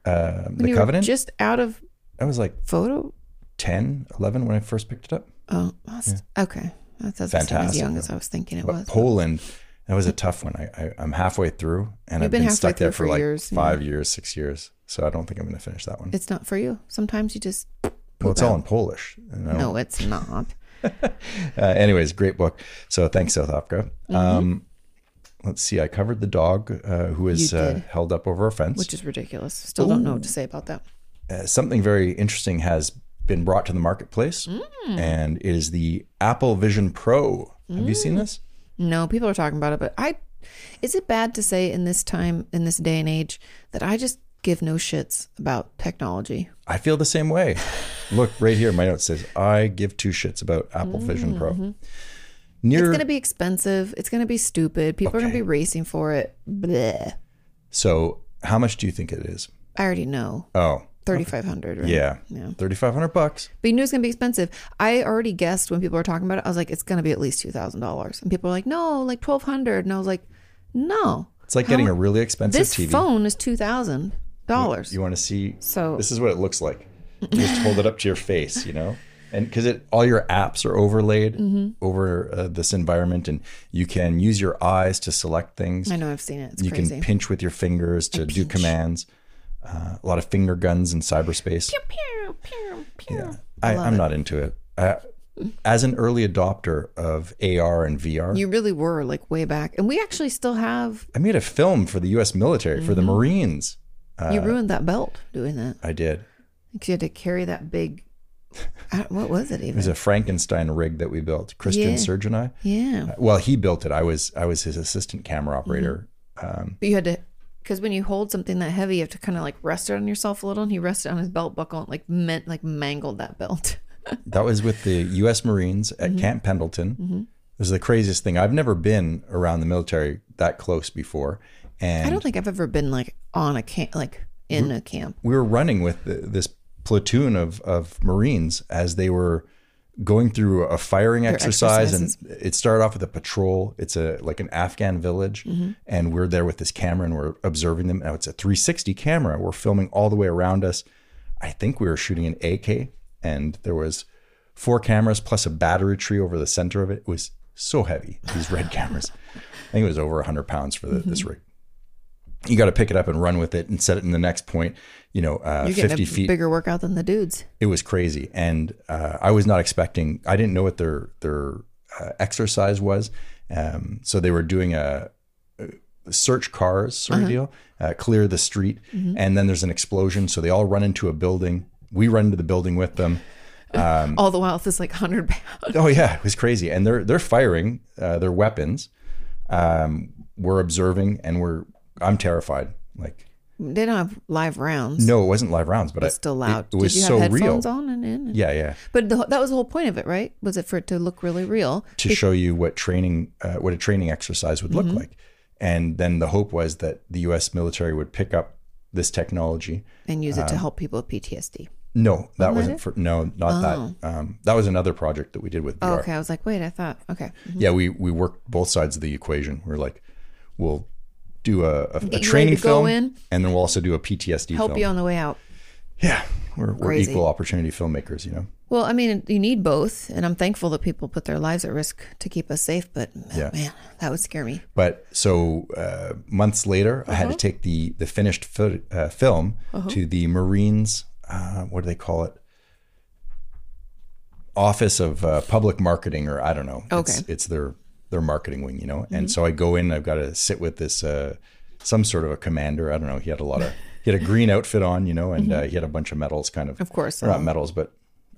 Uh,
When
the
you
Covenant.
were just out of
I was like
photo.
10, 11 when I first picked it up.
Oh, that's, okay. That doesn't seem as
Fantastic.
young as I was thinking it
But
was.
Poland, that was a tough one. I, I, I'm halfway through and
You've been
I've been,
halfway
stuck there
through
for,
for
like
years, yeah.
five years, six years. So I don't think I'm going to finish that one.
It's not for you. Sometimes you just
well, it's all in Polish. You know?
no, it's not.
Uh, anyways, great book. So thanks, South Africa.
Mm-hmm.
Um, let's see. I covered the dog uh, who is
You
uh,
did.
held up over a fence.
Which is ridiculous. Still don't know what to say about that.
uh, something very interesting has been brought to the marketplace,
Mm.
and it is the Apple Vision Pro. Have you
Mm.
seen this?
No, people are talking about it, but I is it bad to say in this time in this day and age that I just give no shits about technology?
I feel the same way. Look right here, my note says, I give two shits about Apple Vision Pro.
Mm-hmm. It's
Near
going to be expensive. It's going to be stupid. People are going to
Okay.
be racing for it. Bleh.
so how much do you think it is?
I already know.
Oh,
3500 right?
yeah.
Yeah.
Thirty five hundred bucks.
But you knew it's going to be expensive. I already guessed when people were talking about it. I was like, it's going to be at least $2,000. And people were like, no, like 1200 And I was like, no.
It's like
How
getting
mu-
a really expensive
This
TV.
phone is $2,000.
You want to see
So-
this is what it looks like. You just hold it up to your face, you know? And because it all your apps are overlaid
Mm-hmm.
over uh, this environment, and you can use your eyes to select things.
I know I've seen it. It's
you
crazy.
can pinch with your fingers to do commands. Uh, a lot of finger guns in cyberspace.
Pew, pew, pew.
Yeah, I, I'm not into it. I, as an early adopter of AR and VR,
You really were like way back. And we actually still have,
I made a film for the U.S. military for the
Mm-hmm.
Marines. Uh,
you ruined that belt doing that.
I did.
Because you had to carry that
<laughs>
big, I, what was it
It
even?
was a Frankenstein rig that we built. Christian
Yeah.
Surge and I.
yeah.
Well, he built it. I was I was his assistant camera
Mm-hmm.
operator. Um,
But you had to, because when you hold something that heavy, you have to kind of like rest it on yourself a little. And he rested on his belt buckle and like meant like mangled that belt. <laughs>
that was with the U.S. Marines at
Mm-hmm.
Camp Pendleton. It was the craziest thing. I've never been around the military that close before, and
I don't think I've ever been like on a camp, like
Mm-hmm.
in a camp.
we were running with the, this platoon of of Marines as they were going through a firing
Their
exercise
exercises.
and it started off with a patrol it's a like an afghan village
Mm-hmm.
and we're there with this camera and we're observing them now it's a 360 camera we're filming all the way around us i think we were shooting an ak and there was four cameras plus a battery tree over the center of it it was so heavy these red cameras i think it was over 100 pounds for the,
Mm-hmm.
this rig you got to pick it up and run with it and set it in the next point you know uh,
You're
50
getting a
feet
bigger workout than the dudes.
it was crazy and uh, i was not expecting i didn't know what their their uh, exercise was um, so they were doing a, a search cars sort
Uh-huh.
of deal uh, clear the street
Mm-hmm.
and then there's an explosion so they all run into a building we run into the building with them Um,
All the while, with this like hundred pound.
oh yeah it was crazy and they're they're firing uh, their weapons um, we're observing and we're i'm terrified like
<laughs> They don't have live rounds.
no it wasn't live rounds but I-
it's still loud.
it, was
Did you
so
have
real
headphones on and in?
yeah yeah
But the, that was the whole point of it, right? Was it for it to look really real?
to show you what training uh, what a training exercise would
Mm-hmm.
look like and then the hope was that the US military would pick up this technology
and use it
Uh-huh.
to help people with PTSD.
no that wasn't for no not that um, that was another project that we did with
Oh,
VR
okay. Mm-hmm. I was like, wait, I thought, okay.
yeah we we worked both sides of the equation we're like we'll do a, a, a
ready
training
to go
film
in.
and then we'll also do a PTSD
Help
film
you on the way out.
yeah we're, we're
Crazy.
equal opportunity filmmakers you know
Well, I mean, you need both, and I'm thankful that people put their lives at risk to keep us safe. But oh,
Yeah.
man, that would scare me.
But so uh, months later, I
Uh-huh.
had to take the the finished fo- uh, film to the Marines. Uh, what do they call it? Office of uh, Public Marketing, or I don't know. It's,
Okay. Mm-hmm.
it's their their marketing wing, you know. And so I go in. I've got to sit with this uh, some sort of a commander. I don't know. He had a
<laughs>
lot of he had a green outfit on, you know, and uh, he had a bunch of medals, kind of.
Mm-hmm. Of course. uh-huh.
Or not medals, but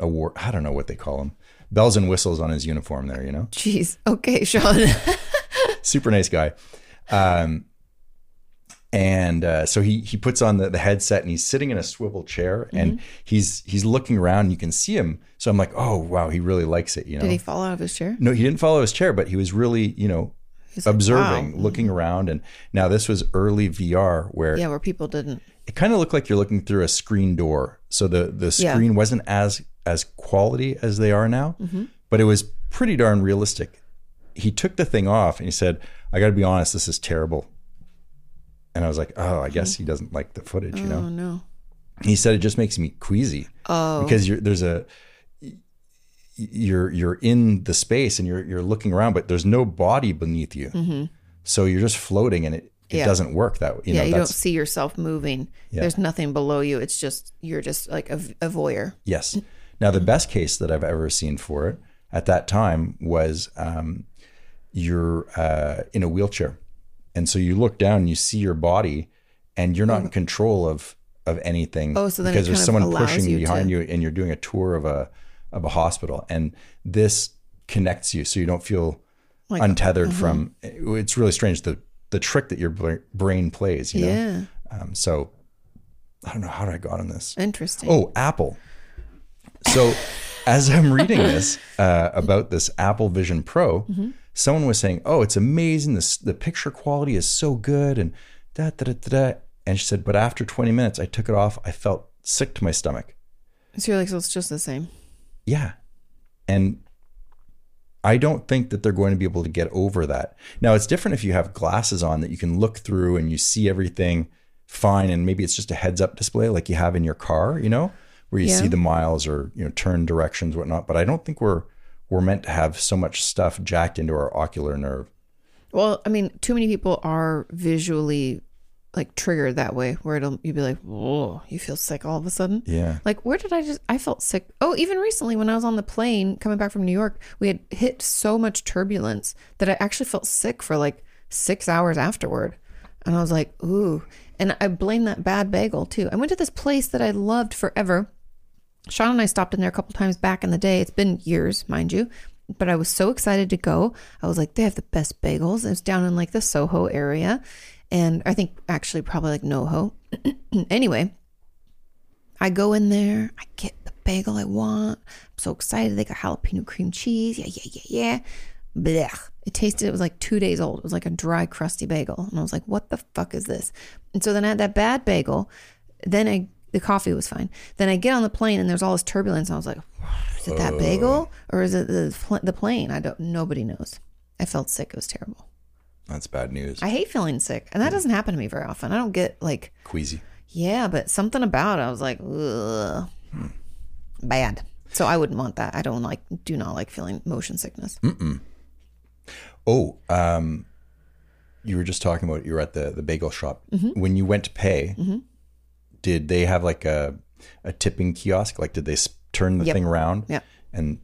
award. I don't know what they call them. Bells and whistles on his uniform, there, you know
Jeez. Okay, Sean. <laughs>
super nice guy. Um, and uh, so he he puts on the, the headset and he's sitting in a swivel chair
Mm-hmm.
and he's he's looking around. You can see him. So I'm like, oh wow, he really likes it. You know,
Did he fall out of his chair?
no, he didn't follow his chair, but he was really you know
He's like,
observing,
wow. Mm-hmm.
looking around. And now this was early VR where
Yeah, where people didn't.
it kind of looked like you're looking through a screen door. So the the
Yeah.
screen wasn't as as quality as they are now,
Mm-hmm.
but it was pretty darn realistic. He took the thing off and he said, "I got to be honest, this is terrible." And I was like, "Oh, I
Mm-hmm.
guess he doesn't like the footage," you know.
Oh no.
He said it just makes me queasy
Oh,
because you're there's a you're you're in the space and you're you're looking around, but there's no body beneath you, so you're just floating and it it
Mm-hmm. Yeah.
doesn't work that way. You
yeah.
know,
you don't
that's
see yourself moving. There's nothing below you. It's just you're just like a, a voyeur.
Yes. Now, the best case that I've ever seen for it at that time was um, you're uh, in a wheelchair. And so you look down, and you see your body, and you're not in control of of anything.
Mm-hmm. Oh, so then it
because there's
kind of
someone
allows
pushing
you
behind
to-
you, and you're doing a tour of a of a hospital, and this connects you, so you don't feel
Like, mm-hmm.
untethered from. It's really strange the the trick that your bra- brain plays. You know?
Yeah.
Um, so I don't know how did I got on this.
Interesting.
Oh, Apple. So, as I'm reading this uh, about this Apple Vision Pro, someone was saying, "Oh, it's amazing. This the picture quality is so good." And da da da da. da. And she said, "But after 20 minutes, I took it off. I felt sick to my stomach."
So you're like, so it's just the same.
Yeah, and I don't think that they're going to be able to get over that. Now, it's different if you have glasses on that you can look through and you see everything fine, and maybe it's just a heads up display like you have in your car, you know, where you
Yeah.
see the miles or, you know, turn directions, whatnot. But I don't think we're, we're meant to have so much stuff jacked into our ocular nerve.
Well, I mean, too many people are visually like triggered that way, where it'll you'd be like, "Whoa, you feel sick all of a sudden."
Yeah.
Like, where did I just? I felt sick. Oh, even recently when I was on the plane coming back from New York, we had hit so much turbulence that I actually felt sick for like six hours afterward, and I was like, "Ooh," and I blame that bad bagel too. I went to this place that I loved forever. Sean and I stopped in there a couple times back in the day. It's been years, mind you, but I was so excited to go. I was like, they have the best bagels. It was down in like the Soho area, and I think actually probably like NoHo. <clears throat> anyway, I go in there, I get the bagel I want. I'm so excited. They got jalapeno cream cheese. Yeah, yeah, yeah, yeah. Blech. It tasted, it was like two days old. It was like a dry, crusty bagel. And I was like, what the fuck is this? And so then I had that bad bagel. Then I the coffee was fine. Then I get on the plane and there's all this turbulence. And I was like, is it that bagel or is it the fl- the plane? I don't. Nobody knows. I felt sick. It was terrible.
That's bad news.
I hate feeling sick, and that doesn't happen to me very often. I don't get like,
Queasy.
yeah, but something about it, I was like, Ugh. bad. So I wouldn't want that. I don't like, do not like feeling motion sickness.
Mm. Oh, um, you were just talking about you were at the the bagel shop
Mm-hmm.
when you went to pay. Did they have like a a tipping kiosk? Like, did they s- turn the
Yep.
thing around?
Yep.
And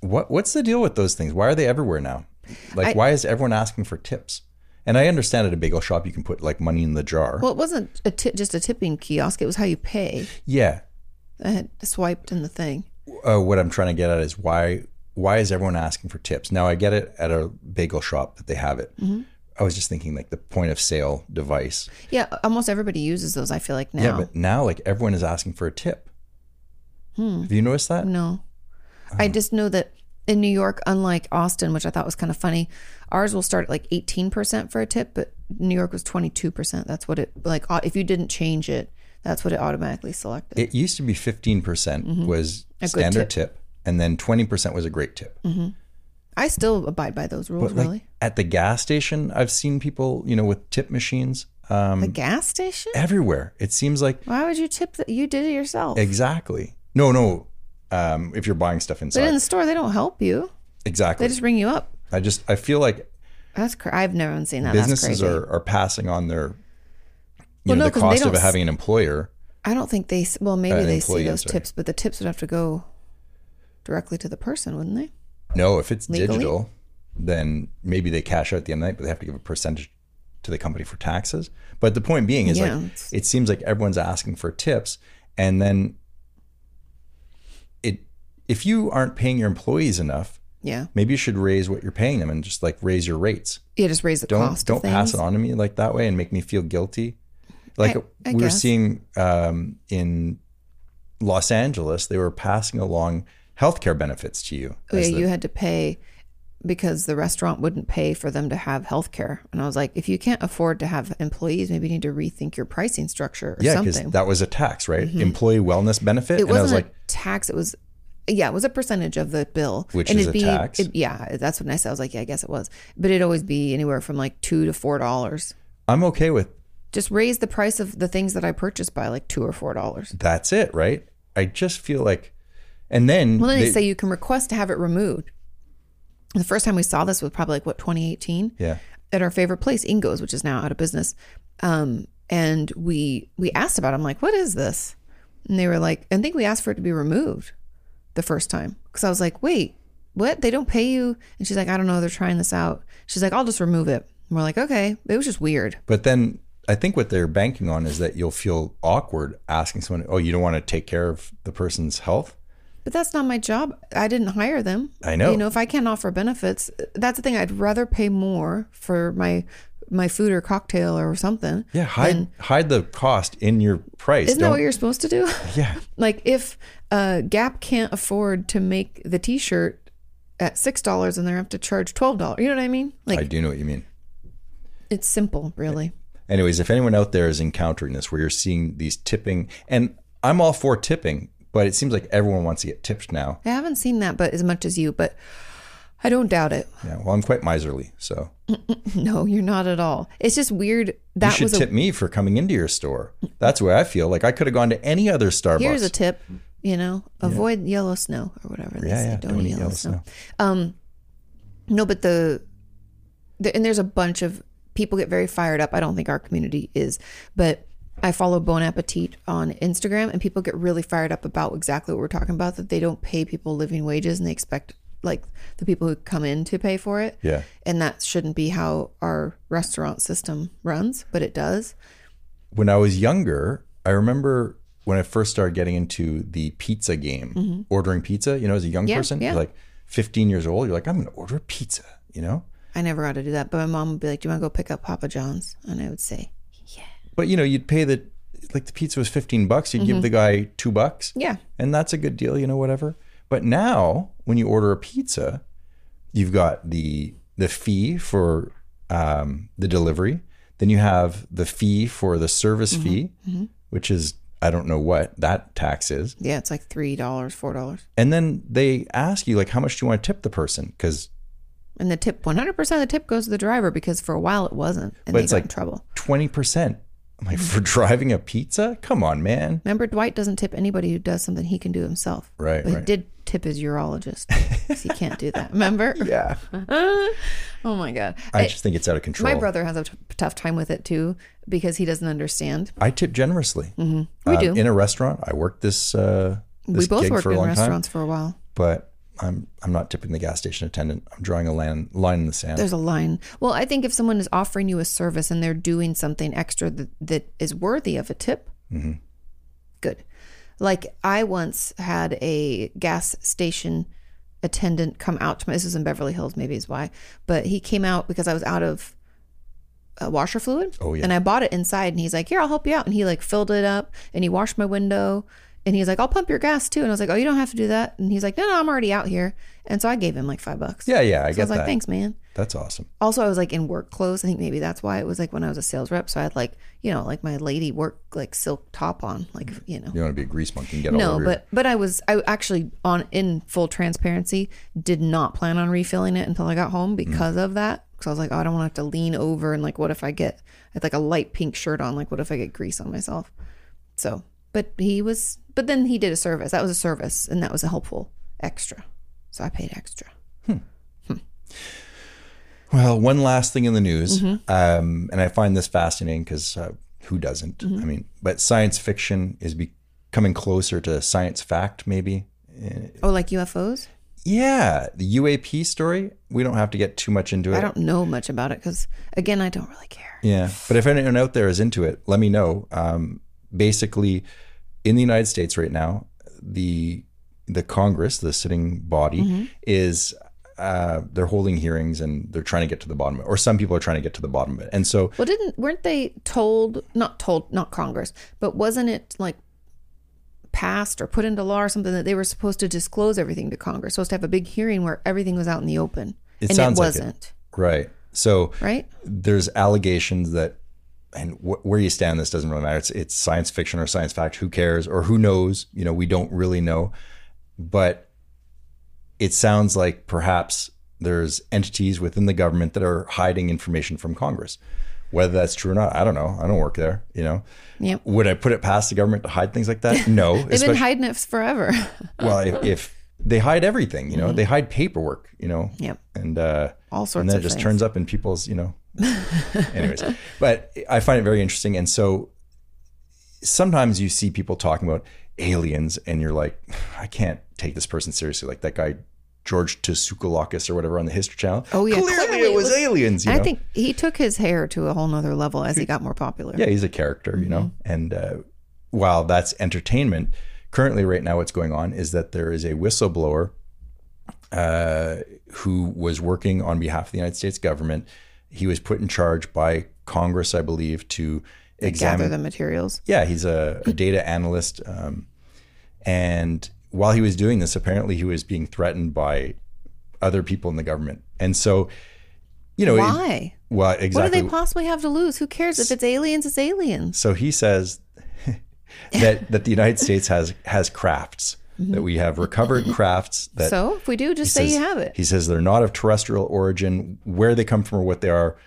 what what's the deal with those things? Why are they everywhere now? Like,
I-
why is everyone asking for tips? And I understand at a bagel shop you can put like money in the jar.
Well, it wasn't a ti just a tipping kiosk. It was how you pay.
yeah.
I had swiped in the thing.
Uh, what I'm trying to get at is why why is everyone asking for tips? Now I get it at a bagel shop that they have it.
Mm-hmm.
I was just thinking like the point of sale device.
Yeah, almost everybody uses those. I feel like now.
Yeah, but now like everyone is asking for a tip.
Hmm.
Have you noticed that?
No.
Uh-huh.
I just know that in New York, unlike Austin, which I thought was kind of funny, ours will start at like 18% for a tip, but New York was 22%. That's what it, like, au- if you didn't change it, that's what it automatically selected.
It used to be 15% percent was
Mm-hmm. A good
standard tip. and then 20% was a great tip.
I still abide by those rules,
But like
really.
at the gas station, I've seen people, you know, with tip machines um,
the gas station?
everywhere. It seems like
Why would you tip that? You did it yourself.
exactly. No, no. Um, if you're buying stuff
But in
inside.
the store, they don't help you,
exactly.
they just ring you up.
I just I feel like
That's cra- I've never even seen that. That's
businesses
crazy.
are, are passing on their you
Well, no,
know the
'cause they
cost of
don't s-
having an employer.
I don't think they, s- well, maybe
an
they
employee,
see
I'm
those
sorry.
tips, but the tips would have to go directly to the person, wouldn't they?
No, if it's
Legally?
digital, then maybe they cash out at the end of the night, but they have to give a percentage to the company for taxes. But the point being is
Yeah,
like
it's-
it seems like everyone's asking for tips and then it if you aren't paying your employees enough,
Yeah.
maybe you should raise what you're paying them and just like raise your rates.
Yeah, just raise the
Don't
cost.
don't
of things.
pass it on to me like that way and make me feel guilty. Like
I- I
we were
guess.
seeing um, in Los Angeles, they were passing along healthcare benefits to you.
Oh, yeah,
as the-
you had to pay because the restaurant wouldn't pay for them to have health care. And I was like, if you can't afford to have employees, maybe you need to rethink your pricing structure or
Yeah, because
something. Mm-hmm.
that was a tax, right? Employee wellness benefit.
it
and I was
wasn't
like,
a tax. It was, yeah, it was a percentage of the bill.
Which
and
is
it'd
a
be,
tax?
it- yeah, that's when I said, I was like, yeah, I guess it was. But it'd always be anywhere from like two to four dollars.
I'm okay with
Just raise the price of the things that I purchased by like two or four dollars.
that's it, right? I just feel like, and then,
Well, then they,
they-
say you can request to have it removed. The first time we saw this was probably like what 2018.
yeah,
at our favorite place, Ingo's, which is now out of business. Um, and we we asked about. It. I'm like, what is this? And they were like, I think we asked for it to be removed the first time because I was like, wait, what? They don't pay you? And she's like, I don't know. They're trying this out. She's like, I'll just remove it. And we're like, okay. It was just weird.
but then I think what they're banking on is that you'll feel awkward asking someone, oh, you don't want to take care of the person's health.
But that's not my job. I didn't hire them.
I know.
You know, if I can't offer benefits, that's the thing. I'd rather pay more for my my food or cocktail or something.
Yeah, hide hide the cost in your price.
Isn't that
Don't-
what you're supposed to do? <laughs>
Yeah.
like if uh, Gap can't afford to make the T-shirt at six dollars and they have to charge twelve dollars, you know what I mean? Like
I do know what you mean.
it's simple, really.
Anyways, if anyone out there is encountering this where you're seeing these tipping, and I'm all for tipping, but it seems like everyone wants to get tipped now.
I haven't seen that, but as much as you, but I don't doubt it. <laughs>
Yeah, well, I'm quite miserly, so
No, you're not at all. It's just weird.
you
That
should
was a
tip me for coming into your store. That's where I feel like I could have gone to any other Starbucks.
here's a tip. You know, avoid yellow snow or whatever they
Yeah,
say.
yeah,
Don't, eat yellow, snow. Um, no, but the, the and there's a bunch of people get very fired up. I don't think our community is, but I follow Bon Appetit on Instagram, and people get really fired up about exactly what we're talking about. That they don't pay people living wages, and they expect like the people who come in to pay for it.
Yeah.
and that shouldn't be how our restaurant system runs, but it does.
When I was younger, I remember when I first started getting into the pizza game, ordering pizza. You know, as a young
Mm-hmm. Yeah,
person,
yeah.
you're like 15 years old, you're like, I'm going to order a pizza. You know,
I never got to do that, but my mom would be like, "Do you want to go pick up Papa John's?" And I would say,
but you know, you'd pay the like the pizza was 15 bucks. You'd
Mm-hmm.
give the guy two bucks.
Yeah.
and that's a good deal, you know, whatever. But now, when you order a pizza, you've got the the fee for
Mm-hmm.
um, the delivery, then you have the fee for the service fee, which is I don't know what that tax is.
Yeah, it's like $3, $4.
And then they ask you, like, how much do you want to tip the person? Because
And the tip, 100% of the tip goes to the driver because for a while it wasn't. And
But
they
it's
got
like-
in trouble.
20%. I'm
Mm-hmm.
like, for driving a pizza? Come on, man.
Remember, Dwight doesn't tip anybody who does something he can do himself.
Right,
But he
right.
did tip his urologist 'cause he can't do that. Remember? <laughs>
Yeah.
Oh my God.
I
I-
just think it's out of control.
my brother has a t- tough time with it too because he doesn't understand.
I tip generously.
Mm-hmm. We
Um,
do.
In a restaurant. I worked this, uh, this
we both
gig
worked
for a
in
long
restaurants for a while.
time, but I'm, I'm not tipping the gas station attendant. I'm drawing a line, line in the sand.
There's a line. Well, I think if someone is offering you a service and they're doing something extra that, that is worthy of a tip,
Mm-hmm.
good. Like I once had a gas station attendant come out to my, this is in Beverly Hills, maybe is why, but he came out because I was out of uh, washer fluid.
Oh, yeah.
And I bought it inside and he's like, here, I'll help you out. And he like filled it up and he washed my window and he's like, I'll pump your gas too. And I was like, oh, you don't have to do that. And he's like, no, no, I'm already out here. And so I gave him like five bucks.
yeah, yeah, I
So I
get
was like,
that.
thanks, man
That's awesome.
also I was like in work clothes. I think maybe that's why it was like when I was a sales rep. So I had like you know like my lady work like silk top on, like you know.
You don't want to be a grease monkey and get Mm-hmm. all
No,
over your-
but but I was I actually on in full transparency did not plan on refilling it until I got home
Mm-hmm.
because of that. Because I was like, oh, I don't want to have to lean over and like, what if I get I had like a light pink shirt on? Like, what if I get grease on myself? So, but he was, but then he did a service. That was a service, and that was a helpful extra. So I paid extra.
Well, one last thing in the news,
Mm-hmm.
um, and I find this fascinating because uh, who doesn't?
Mm-hmm.
I mean, but science fiction is becoming closer to science fact, maybe.
Oh, like UFOs?
Yeah, the UAP story. We don't have to get too much into it.
I don't know much about it because, again, I don't really care.
Yeah, but if anyone out there is into it, let me know. Um, basically, in the United States right now, the the Congress, the sitting body, is uh, they're holding hearings and they're trying to get to the bottom of it, or some people are trying to get to the bottom of it, and so.
Well, didn't weren't they told? Not told, not Congress, but wasn't it like passed or put into law or something that they were supposed to disclose everything to Congress? Supposed to have a big hearing where everything was out in the open,
It
and
sounds
it
like it.
wasn't.
Right. So
Right?
there's allegations that, and wh- where you stand, this doesn't really matter. It's it's science fiction or science fact. Who cares? Or who knows? You know, we don't really know. But it sounds like perhaps there's entities within the government that are hiding information from Congress. Whether that's true or not, I don't know. I don't work there. You know,
Yep.
would I put it past the government to hide things like that?
<laughs>
No,
They've been
especially
hiding it forever. <laughs>
well, if, if they hide everything, you
Mm-hmm.
know, they hide paperwork. You know,
Yep.
and uh,
All sorts
and then
of
it just
things.
turns up in people's you know anyways but i find it very interesting and so sometimes you see people talking about aliens and you're like i can't take this person seriously like that guy george Tsoukalakis or whatever on the history channel
Oh, yeah,
clearly,
clearly
it
it
was,
was-
aliens you
I
know?
think he took his hair to a whole nother level as he got more popular.
yeah he's a character you know
Mm-hmm.
and uh, while that's entertainment currently right now what's going on is that there is a whistleblower uh, who was working on behalf of the United States government. He was put in charge by Congress, I believe, to
Gather
examine.
the materials.
Yeah, he's a,
<laughs>
a data analyst. Um, and while he was doing this, apparently he was being threatened by other people in the government. And so, you know, it-
Why?
well,
What
Oh, exactly.
do they possibly have to lose? Who cares if it's aliens? It's aliens.
so he says <laughs> that that the United States has has crafts that we have recovered crafts that
so if we do, just say
says-
you have it.
He says they're not of terrestrial origin, where they come from or what they are.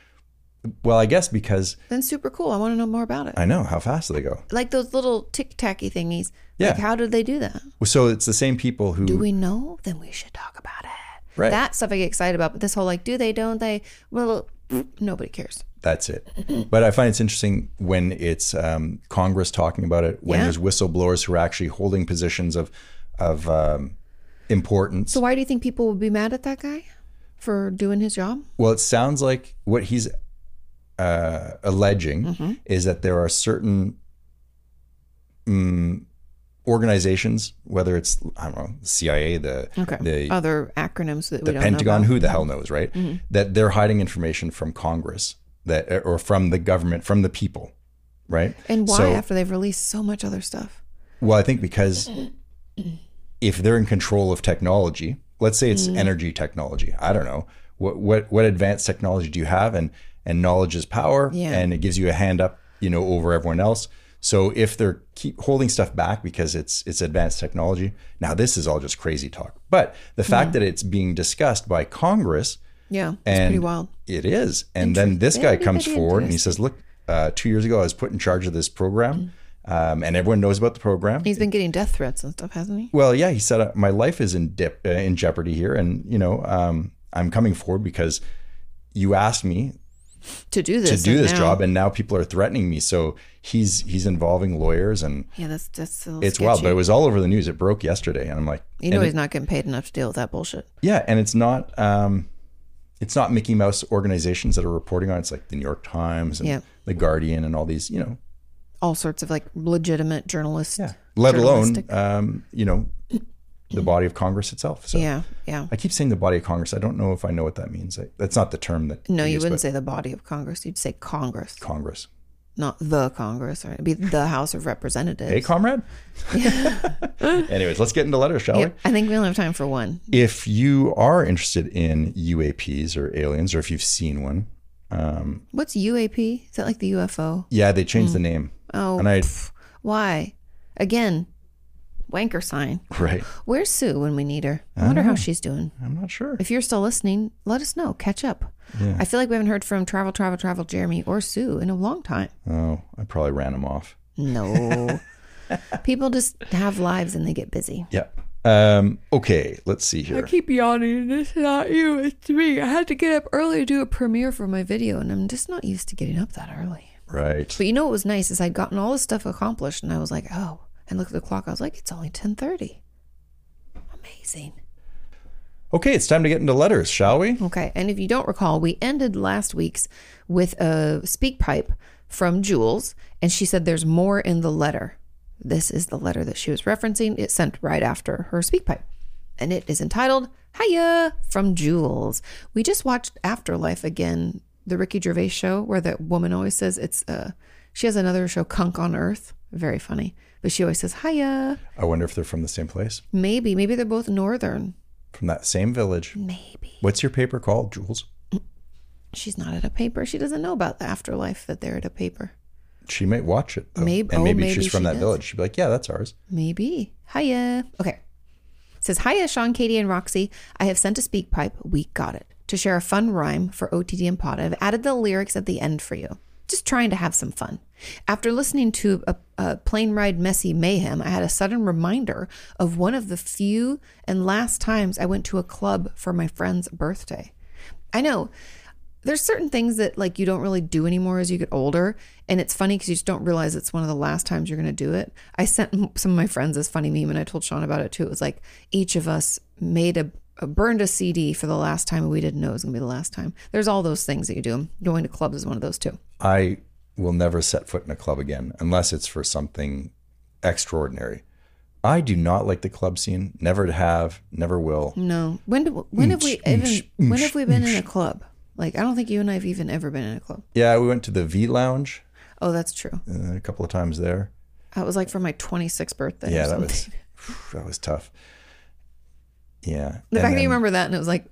Well, I guess because
then super cool. I want to know more about it.
I know how fast they go.
like those little tic tacky thingies.
Yeah.
Like how did they do that?
So it's the same people who
Do we know? Then we should talk about it.
right.
That stuff I get excited about. But this whole like, do they? Don't they? Well, nobody cares.
That's it. But I find it's interesting when it's um, Congress talking about it, when
Yeah.
there's whistleblowers who are actually holding positions of of um, importance.
So why do you think people would be mad at that guy for doing his job?
Well, it sounds like what he's uh, alleging
Mm-hmm.
is that there are certain mm, organizations, whether it's I don't know, CIA, the
Okay.
the,
Other acronyms that Mm-hmm. we
the
don't
Pentagon,
know.
who the hell knows, right? That they're hiding information from Congress that or from the government, from the people, right?
About. And why
So-
after they've released so much other stuff?
Well, I think because if they're in control of technology, let's say it's energy technology. I don't know what what what advanced technology do you have, and and knowledge is power,
Yeah.
and it gives you a hand up, you know, over everyone else. So if they're keep holding stuff back because it's it's advanced technology, now this is all just crazy talk. But the fact that it's being discussed by Congress
Yeah. It's
and
pretty wild.
It is. And then this guy
Very,
comes
very
forward and he says, "Look, uh, two years ago I was put in charge of this program, um, and everyone knows about the program.
He's been getting death threats and stuff, hasn't he?
Well, yeah, he said uh, my life is in dip, uh, in jeopardy here, and you know um, I'm coming forward because you asked me
To do this.
to do this
now-
job, and now people are threatening me. So he's he's involving lawyers, and
Yeah, that's that's a little
it's wild. But
sketchy.
it was all over the news. It broke yesterday, and I'm like,
you know he's not getting paid enough to deal with that bullshit.
yeah, and it's not. Um, it's not Mickey Mouse organizations that are reporting on. it. It's like the New York Times and
Yeah.
the Guardian and all these, you know,
All sorts of like legitimate journalists. Yeah.
let alone
Journalistic.
um, you know the body of Congress itself. So
Yeah. Yeah.
I keep saying the body of Congress. I don't know if I know what that means. I, that's not the term that
No,
we
you
use,
wouldn't
but
say the body of Congress. You'd say Congress,
Congress.
not the Congress. Right? It'd be
<laughs>
the House of Representatives.
Hey, Eh,
<laughs>
comrade. Anyways, let's get into letters, shall
Yeah, I think we only have time for one.
we? If you are interested in UAPs or aliens, or if you've seen one, um,
What's UAP? Is that like the UFO?
yeah, they changed the name,
Oh,
and I
why? Again, wanker sign.
right.
Where's Sue when we need her? I wonder how she's doing.
I'm not sure.
If you're still listening, let us know. Catch up.
Yeah.
I feel like we haven't heard from Travel, Travel, Travel Jeremy or Sue in a long time.
Oh, I probably ran them off.
<laughs> No. People just have lives and they get busy.
Yeah. Um, okay, let's see here.
keep yawning, and it's not you, it's me. I had to get up early to do a premiere for my video, and I'm just not used to getting up that early.
Right.
But you know what was nice is I'd gotten all this stuff accomplished, and I was like, oh, and look at the clock. I was like, it's only ten thirty. Amazing.
Okay, it's time to get into letters, shall we?
Okay, and if you don't recall, we ended last week's with a speak pipe from Jules, and she said there's more in the letter. This is the letter that she was referencing. It sent right after her speak pipe, and it is entitled "Hiya" from Jules. We just watched Afterlife again, the Ricky Gervais show, where that woman always says it's. Uh, she has another show, Kunk on Earth, very funny, but she always says "Hiya."
I wonder if they're from the same place,
Maybe, maybe they're both northern.
from that same village.
Maybe.
What's your paper called, Jules?
She's not at a paper. She doesn't know about the afterlife that they're at a paper.
She might watch it. Though.
Maybe-
and
oh,
maybe,
maybe
she's from
she
that
does.
village. She'd be like, yeah, that's ours.
Maybe. Hiya. Okay. It says, Hiya, Sean, Katie, and Roxy. I have sent a speak pipe. We got it. To share a fun rhyme for OTD and Pod, I've added the lyrics at the end for you. Just trying to have some fun. After listening to a, a plane ride messy mayhem, I had a sudden reminder of one of the few and last times I went to a club for my friend's birthday. I know there's certain things that like you don't really do anymore as you get older and it's funny because you just don't realize it's one of the last times you're going to do it i sent m- some of my friends this funny meme and i told sean about it too it was like each of us made a, a burned a cd for the last time and we didn't know it was going to be the last time there's all those things that you do going to clubs is one of those too
I will never set foot in a club again unless it's for something extraordinary. I do not like the club scene. Never have, never will.
no when do, when have we
Oomph,
even
oomph,
when have we been in a club like i don't think you and i've even ever been in a club
Yeah, we went to the V Lounge
oh that's true
uh, a couple of times there.
that was like for my 26th birthday or
yeah, that
something. <laughs>
was that was tough. Yeah.
the
and
fact that
then-
you remember that and it was like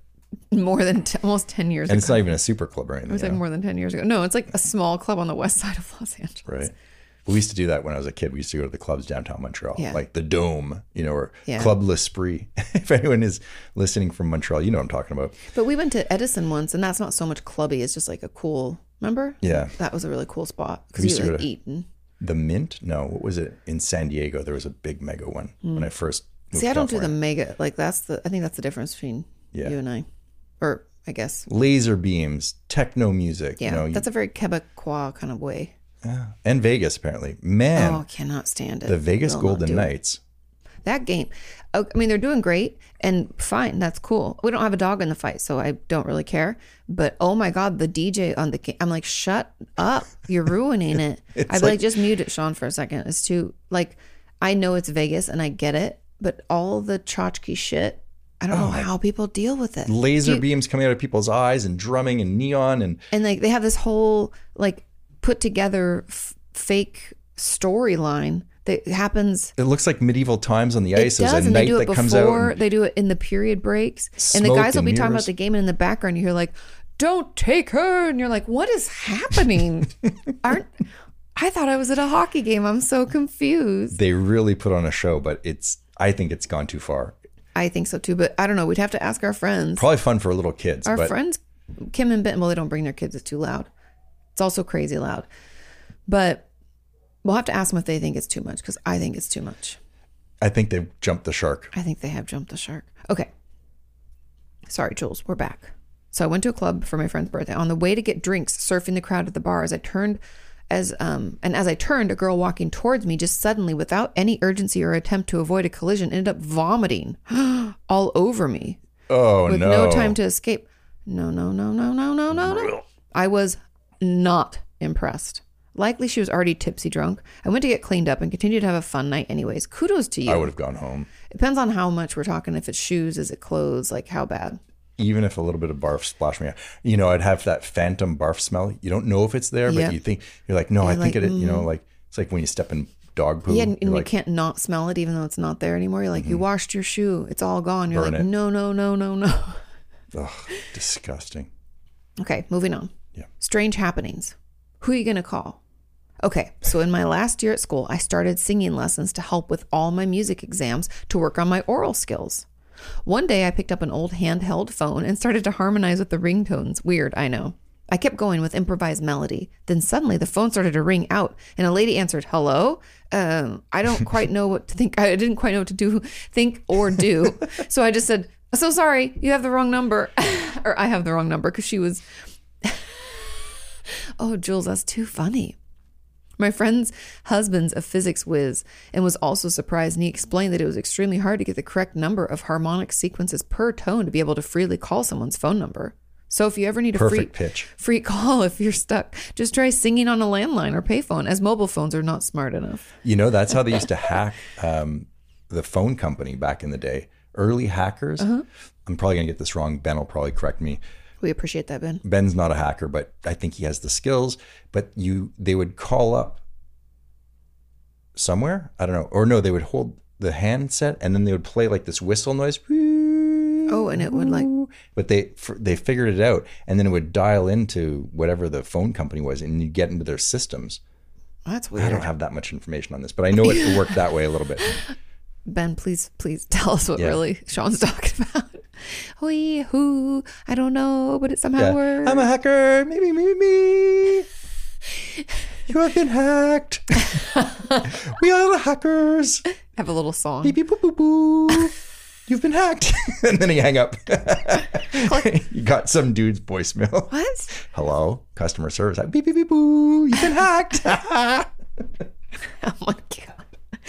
more than t- almost 10 years ago
and it's not even a super club or
It was
anything.
like
you know?
more than 10 years ago. No, it's like a small club on the west <laughs> side of Los Angeles.
Right. We used to do that when I was a kid. We used to go to the clubs downtown Montreal,
Yeah.
like the Dome, you know, or
Yeah.
Club L'Esprit. <laughs> if anyone is listening from Montreal, you know what I'm talking about.
But we went to Edison once, and that's not so much clubby. It's just like a cool, remember?
Yeah.
That was a really cool spot because you
We used to
like
go to-
eat. And...
The Mint? No, what was it? In San Diego, there was a big mega one when I first moved
Mm. See, I
to
don't do the
California.
mega, like that's the, I think that's the difference between
Yeah.
you and I. Or I guess,
Laser beams, techno music,
yeah.
you know, you-
that's a very Quebecois kind of way.
yeah. and Vegas apparently. Man,
oh, I cannot stand it.
the Vegas
Will not
Golden
do it.
Knights.
that game. I mean, they're doing great and fine. That's cool. We don't have a dog in the fight, so I don't really care. But oh my god, the DJ on the game. I'm like, shut up! You're ruining <laughs> it. I'd be like, just mute it, Sean, for a second. It's too like, I know it's Vegas and I get it, but all the tchotchke shit. Oh, I don't know how people deal with it.
Laser
You-
beams coming out of people's eyes and drumming and neon and
and like they have this whole like put together f- fake storyline that happens
it looks like medieval times on the ice.
It
There's
does,
a
and they
knight
do
that
it
comes out.
before.
and-
They do it in the period breaks, and the
Smoke
guys will
and
be talking
mirrors.
about the game, and in the background
<laughs>
you hear like, "Don't take her," and you're like, "What is happening? Aren't I thought I was at a hockey game. I'm so confused.
They really put on a show, but it's I think it's gone too far.
I think so too, but I don't know. We'd have to ask our friends.
Probably fun for little kids,
Our
but
friends, Kim and Ben, well, they don't bring their kids. It's too loud. It's also crazy loud. But we'll have to ask them if they think it's too much because I think it's too much.
I think they've jumped the shark.
I think they have jumped the shark. Okay. Sorry, Jules, we're back. So I went to a club for my friend's birthday. On the way to get drinks, surfing the crowd at the bar, as I turned, as um, and as I turned, a girl walking towards me just suddenly, without any urgency or attempt to avoid a collision, ended up vomiting <gasps> all over me
Oh
with
no.
no time to escape. No, no, no, no, no, no, no, no. I was not impressed. Likely she was already tipsy drunk. I went to get cleaned up and continued to have a fun night anyways. Kudos to you.
I would have gone home.
Depends on how much we're talking. If it's shoes, is it clothes? Like how bad?
Even if a little bit of barf splashed me out. You know, I'd have that phantom barf smell. You don't know if it's there,
Yeah.
but you think you're like, no, I
like, mm.
think it you know, like it's like when you step in dog poo.
yeah, and,
you're
and you
like, Mm-hmm.
can't not smell it even though it's not there anymore. You're like, you washed your shoe, it's all gone. You're
Burn
like,
it.
no, no, no, no, no.
Ugh,
<laughs>
disgusting.
Okay, moving on.
Yeah.
Strange happenings. Who are you going to call? Okay, so in my last year at school, I started singing lessons to help with all my music exams to work on my oral skills. One day I picked up an old handheld phone and started to harmonize with the ringtones. Weird, I know. I kept going with improvised melody. Then suddenly the phone started to ring out and a lady answered, "Hello?" Um, I don't quite know what to think. I didn't quite know what to do, think or do. so I just said, "So sorry, you have the wrong number." <laughs> or I have the wrong number because she was Oh, Jules, that's too funny. My friend's husband's a physics whiz and was also surprised, and he explained that it was extremely hard to get the correct number of harmonic sequences per tone to be able to freely call someone's phone number. So if you ever need a
Perfect
free
pitch.
free call <laughs> if you're stuck, just try singing on a landline or payphone, as mobile phones are not smart enough.
You know, that's how they used to hack um, the phone company back in the day. Early hackers.
Uh-huh.
I'm probably gonna get this wrong. Ben will probably correct me.
We appreciate that, Ben.
Ben's not a hacker, but I think he has the skills. But you, they would call up somewhere. I don't know, or no, they would hold the handset and then they would play like this whistle noise.
Oh, and it would like
But they f- they figured it out, and then it would dial into whatever the phone company was, and you would get into their systems.
that's
I
weird.
don't have that much information on this, but I know it worked that way
<laughs>
a little bit.
Ben, please, please <laughs> tell us what
Yeah.
really Sean's <laughs> talking about. Hoi who I don't know, but it somehow
Yeah. Um,
works.
I'm a hacker. Maybe, maybe
<laughs>
me. You have been hacked. we are the hackers.
have a little song.
beep, beep, boop, boop, boop.
<laughs>
You've been hacked. <laughs> and then he hang up. <laughs> you got some dude's voicemail.
What?
Hello, customer service. Beep, beep, beep, boo. You've
<laughs>
been hacked.
<laughs> Oh my god.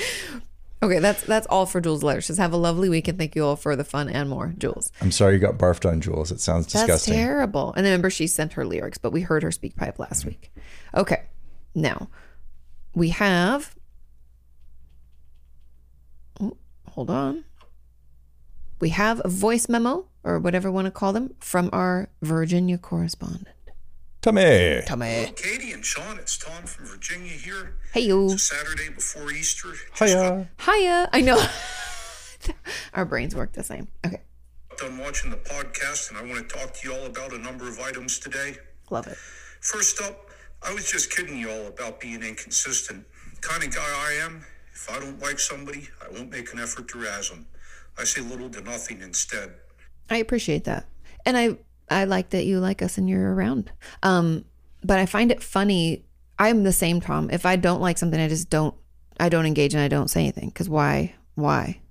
Okay, that's that's all for Jules' letters. Just have a lovely week and thank you all for the fun and more, Jules.
I'm sorry you got barfed on, Jules. It sounds
That's
disgusting.
terrible. And remember, she sent her lyrics, but we heard her speak pipe last week. Okay, now we have. Oh, Hold on. We have a voice memo or whatever you want to call them from our Virginia correspondent.
Tummy.
Tommy.
Katie and Sean, it's Tom from Virginia here.
Hey, you.
Saturday before Easter. Just
Hiya.
Hiya. I know. <laughs> our brains work the same. Okay,
got done watching the podcast, and I want to talk to you all about a number of items today.
love it.
First up, I was just kidding you all about being inconsistent. Kind of guy I am, if I don't like somebody, I won't make an effort to razz them. I say little to nothing instead.
I appreciate that. And I I like that you like us and you're around. Um but I find it funny. I'm the same Tom. If I don't like something, I just don't I don't engage and I don't say anything cuz why? Why?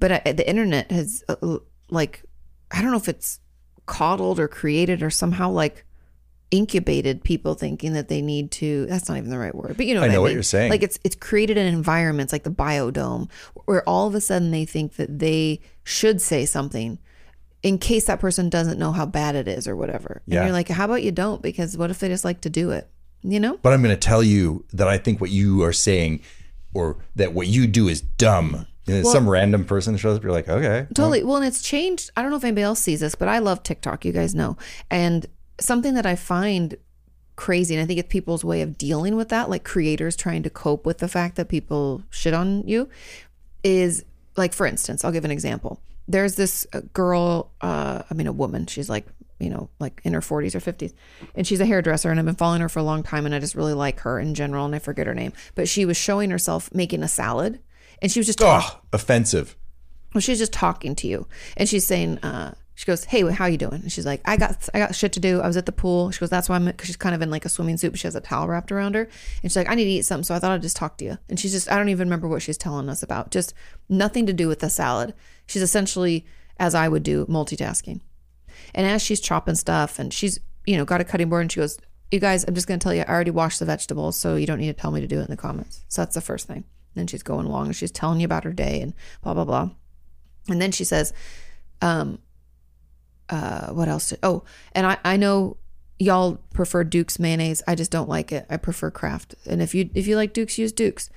But I, the internet has uh, l- like I don't know if it's coddled or created or somehow like incubated people thinking that they need to that's not even the right word but you know
I
what
know what
mean.
you're saying.
like it's it's created an environment it's like the biodome where all of a sudden they think that they should say something in case that person doesn't know how bad it is or whatever
Yeah.
and you're like how about you don't because what if they just like to do it you know
But I'm going to tell you that I think what you are saying or that what you do is dumb. And then some random person shows up, you're like, okay.
Totally. Well, and it's changed. I don't know if anybody else sees this, but I love TikTok. You guys know. And something that I find crazy, and I think it's people's way of dealing with that, like creators trying to cope with the fact that people shit on you, is like, for instance, I'll give an example. There's this uh, girl, uh, I mean, a woman, she's like you know, like in her 40s or 50s. And she's a hairdresser, and I've been following her for a long time, and I just really like her in general, and I forget her name. But she was showing herself making a salad, and she was just talking.
Oh, offensive.
Well, she's just talking to you, and she's saying, uh, she goes, "Hey, how you doing?" And she's like, "I got, I got shit to do. I was at the pool." She goes, "That's why I'm," because she's kind of in like a swimming suit, but she has a towel wrapped around her, and she's like, "I need to eat something, so I thought I'd just talk to you." And she's just, I don't even remember what she's telling us about. Just nothing to do with the salad. She's essentially, as I would do, multitasking. And as she's chopping stuff, and she's, you know, got a cutting board, and she goes, "You guys, I'm just gonna tell you, I already washed the vegetables, so you don't need to tell me to do it in the comments." So that's the first thing. And then she's going along, and she's telling you about her day, and blah blah blah. And then she says, um, uh, what else? Did, oh, and I, I know y'all prefer Duke's mayonnaise. I just don't like it. I prefer Kraft. And if you if you like Duke's, use Duke's.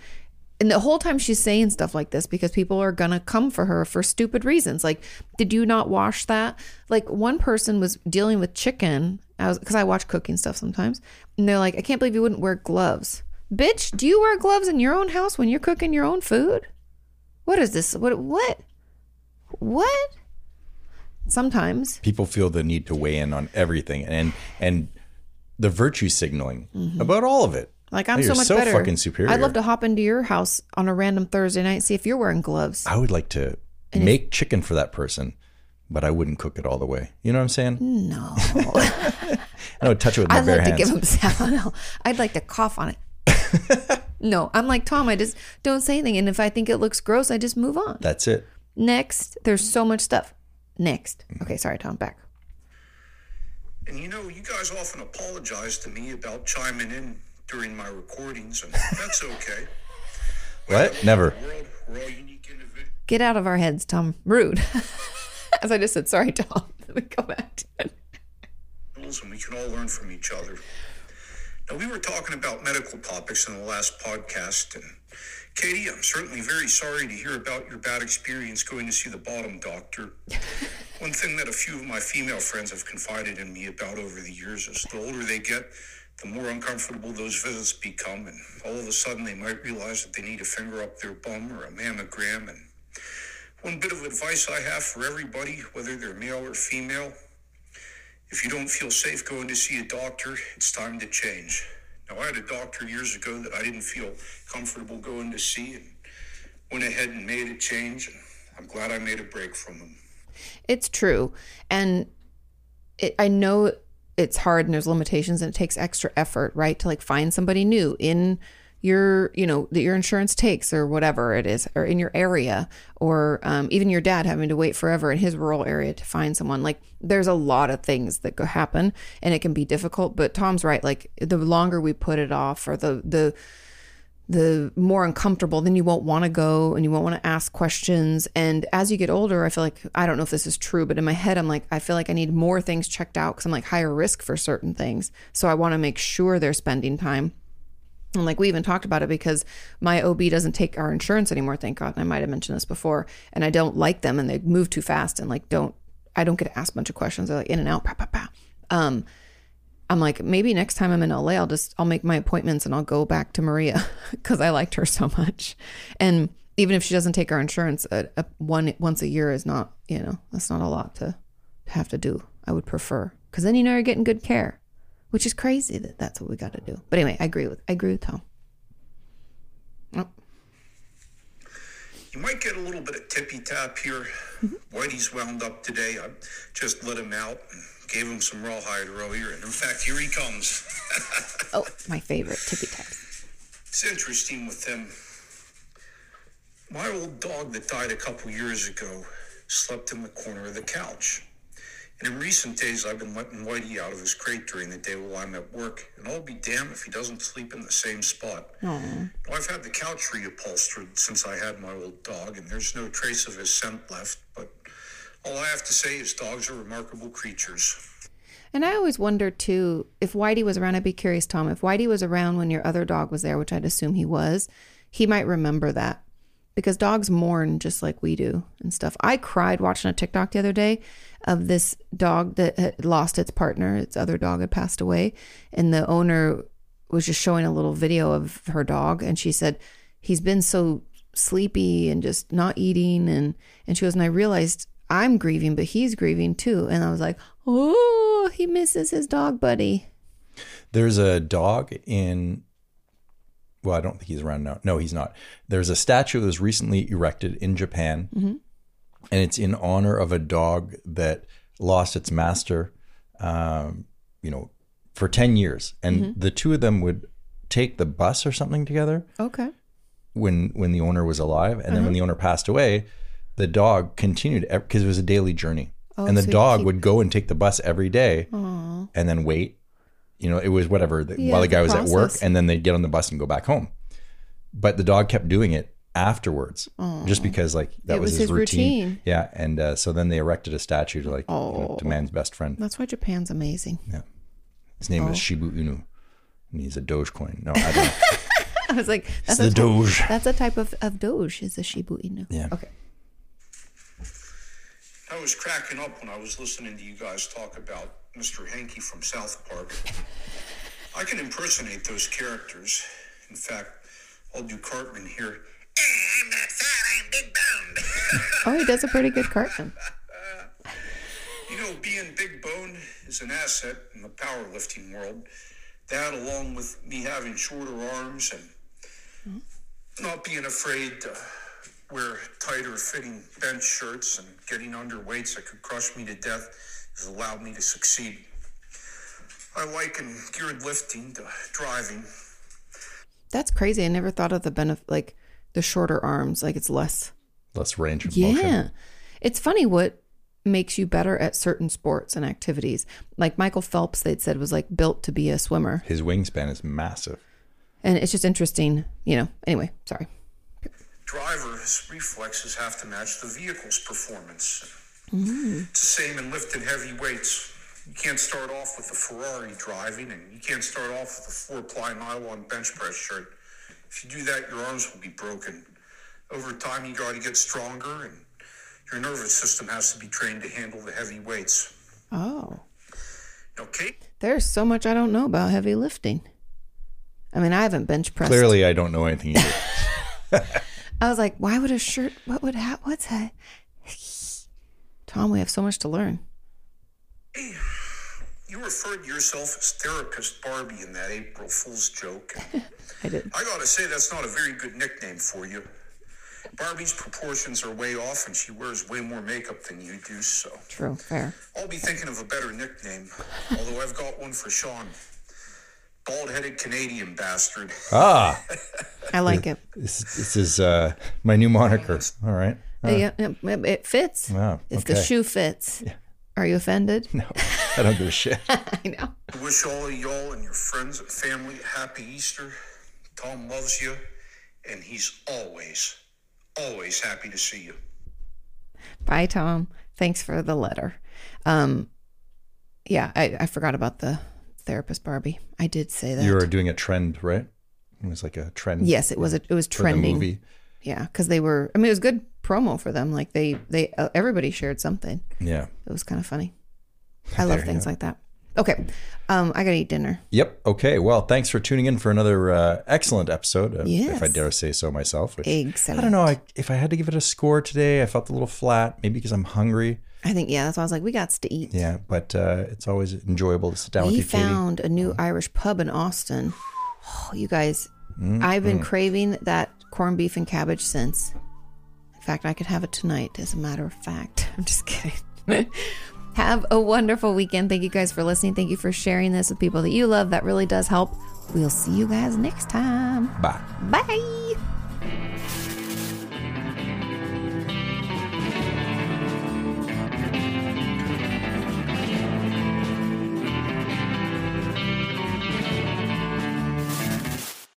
And the whole time she's saying stuff like this because people are gonna come for her for stupid reasons. Like, did you not wash that? Like, one person was dealing with chicken. I was because I watch cooking stuff sometimes, and they're like, I can't believe you wouldn't wear gloves, bitch. Do you wear gloves in your own house when you're cooking your own food? What is this? What what what? Sometimes
People feel the need to weigh in on everything and and the virtue signaling
Mm-hmm.
about all of it.
Like I'm
Oh, You're
so much
so
better.
fucking superior.
I'd love to hop into your house on a random Thursday night and see if you're wearing gloves.
<laughs> I would like to make chicken for that person, but I wouldn't cook it all the way. You know what I'm saying?
no,
And I would touch it with my
I'd
bare
like Mm. to
hands.
give him <laughs> salmonella. I'd like to cough on it.
<laughs>
no, I'm like Tom. I just don't say anything, and if I think it looks gross, I just move on.
That's it.
Next, there's so much stuff. Next,
Mm.
okay, sorry, Tom, back.
And you know, you guys often apologize to me about chiming in during my recordings, and that's okay.
What? Never.
World, we're all unique individuals.
Get out of our heads, Tom. Rude. <laughs> As I just said, sorry, Tom. <laughs> Let me go back to it.
individuals and we can all learn from each other. Now, we were talking about medical topics in the last podcast, and Katie, I'm certainly very sorry to hear about your bad experience going to see the bottom doctor. One thing that a few of my female friends have confided in me about over the years is the older they get, the more uncomfortable those visits become, and all of a sudden they might realize that they need a finger up their bum or a mammogram. And one bit of advice I have for everybody, whether they're male or female, if you don't feel safe going to see a doctor, it's time to change. Now, I had a doctor years ago that I didn't feel comfortable going to see and went ahead and made a change. And I'm glad I made a break from him.
It's true. And it, I know it's hard and there's limitations and it takes extra effort, right? To like find somebody new in your, you know, that your insurance takes or whatever it is, or in your area, or um, even your dad having to wait forever in his rural area to find someone. Like there's a lot of things that go happen and it can be difficult. But Tom's right. Like the longer we put it off or the, the, the more uncomfortable, then you won't want to go and you won't want to ask questions. And as you get older, I feel like I don't know if this is true, but in my head, I'm like, I feel like I need more things checked out because I'm like higher risk for certain things. So I want to make sure they're spending time. And like we even talked about it because my OB doesn't take our insurance anymore, thank God. And I might have mentioned this before. And I don't like them and they move too fast and like don't, I don't get to ask a bunch of questions. They're like in and out, pow, pow, pow. Um, I'm like, maybe next time I'm in LA, I'll just I'll make my appointments and I'll go back to Maria <laughs> because I liked her so much. And even if she doesn't take our insurance, a, a one once a year is not you know that's not a lot to have to do. I would prefer because then you know you're getting good care, which is crazy that that's what we got to do. But anyway, I agree with I agree with Tom. Oh,
You might get a little bit of tippy tap here. Whitey's wound up today. I just let him out and gave him some rawhide earlier. And in fact, here he comes.
oh my favorite tippy taps.
It's interesting with them. My old dog that died a couple years ago slept in the corner of the couch. And in recent days, I've been letting Whitey out of his crate during the day while I'm at work, and I'll be damned if he doesn't sleep in the same spot.
Aw.
Now, I've had the couch reupholstered since I had my old dog, and there's no trace of his scent left, but all I have to say is dogs are remarkable creatures.
And I always wonder too if Whitey was around. I'd be curious, Tom, if Whitey was around when your other dog was there, which I'd assume he was, he might remember that because dogs mourn just like we do and stuff. I cried watching a TikTok the other day of this dog that had lost its partner. Its other dog had passed away, and the owner was just showing a little video of her dog, and she said he's been so sleepy and just not eating and and she goes and I realized I'm grieving, but he's grieving too. And I was like, oh, he misses his dog buddy.
There's a dog in. Well, I don't think he's around now. No, he's not. There's a statue that was recently erected in Japan,
Mm-hmm.
and it's in honor of a dog that lost its master. Um, you know, for ten years, and
Mm-hmm.
the two of them would take the bus or something together
Okay.
when when the owner was alive, and then
Mm-hmm.
when the owner passed away, the dog continued because it was a daily journey, and the
Oh, so you
dog
keep-
would go and take the bus every day, and then wait. You know, it was whatever the,
Yeah,
while the
the
guy was at work,
process.
and then they'd get on the bus and go back home. But the dog kept doing it afterwards, just because like that
It
was,
was
his,
his
routine.
routine. Oh.
Yeah, and uh, so then they erected a statue to like you know, to man's best friend.
That's why Japan's amazing.
His name
Oh.
is Shibu Inu, and he's a Dogecoin. No, I
<laughs>
don't. know.
<laughs> I was like, that's,
it's the
a, type-
Doge.
that's a type of, of doge, is a Shibu Inu.
Yeah.
Okay.
I was cracking up when I was listening to you guys talk about Mr. Henke from South Park. I can impersonate those characters. In fact, I'll do Cartman here. Hey, I'm not fat, I'm big boned. <laughs>
Oh, he does a pretty good cartman.
you know, being big boned is an asset in the powerlifting world. That, along with me having shorter arms and not being afraid to wear tighter fitting bench shirts and getting under weights that could crush me to death, has allowed me to succeed. I liken geared lifting to driving.
That's crazy. I never thought of the benefit, like the shorter arms, like it's less.
Less range of
Yeah.
motion.
It's funny what makes you better at certain sports and activities. Like Michael Phelps, they'd said, was like built to be a swimmer.
His wingspan is massive.
And it's just interesting, you know. Anyway, sorry.
driver's reflexes have to match the vehicle's performance. It's the same in lifted heavy weights. You can't start off with a Ferrari driving, and you can't start off with a four ply nylon bench press shirt. If you do that, your arms will be broken. Over time, you got to get stronger, and your nervous system has to be trained to handle the heavy weights.
Oh.
Now, Kate
There's so much I don't know about heavy lifting. I mean, I haven't bench pressed.
Clearly, I don't know anything
<laughs>
either.
I was like, why would a shirt? What would ha- What's that? <laughs> Tom, we have so much to learn.
you referred to yourself as therapist Barbie in that April Fool's joke.
I did.
I gotta say, that's not a very good nickname for you. Barbie's proportions are way off, and she wears way more makeup than you do, so
True. Fair.
I'll be thinking of a better nickname, although I've got one for Sean. Bald headed Canadian bastard.
ah,
I like it.
this, this is uh, my new moniker.
<laughs>
All right.
yeah, yeah, it- it fits.
Wow,
if the
Oh, okay.
shoe
<laughs>
fits. Are you offended?
No, I don't give a shit.
I know.
I wish all of y'all and your friends and family a happy Easter. Tom loves you, and he's always, always happy to see you.
Bye, Tom. Thanks for the letter. Um, yeah, I, I forgot about the therapist Barbie. I did say that.
You were doing a trend, right? It was like a trend.
yes, it was. A, it was
for the
trending.
movie.
Yeah, because they were. I mean, it was good promo for them. Like they, they, uh, everybody shared something.
Yeah.
It was kind of funny. I love things like that. Okay, um, I gotta eat dinner.
Yep. Okay. Well, thanks for tuning in for another uh, excellent episode. Of, If I
Yes.
dare say so myself. Which,
Excellent.
I don't know. I, if I had to give it a score today, I felt a little flat. Maybe because I'm hungry.
I think yeah, that's why I was like, we got to eat.
Yeah. But uh, it's always enjoyable to sit down with
we
you, Katie.
found a new Irish pub in Austin. <sighs> Oh, you guys, I've been craving that corned beef and cabbage since. In fact, I could have it tonight, as a matter of fact. <laughs> I'm just kidding. <laughs> have a wonderful weekend. Thank you guys for listening. Thank you for sharing this with people that you love. That really does help. We'll see you guys next time.
Bye.
Bye.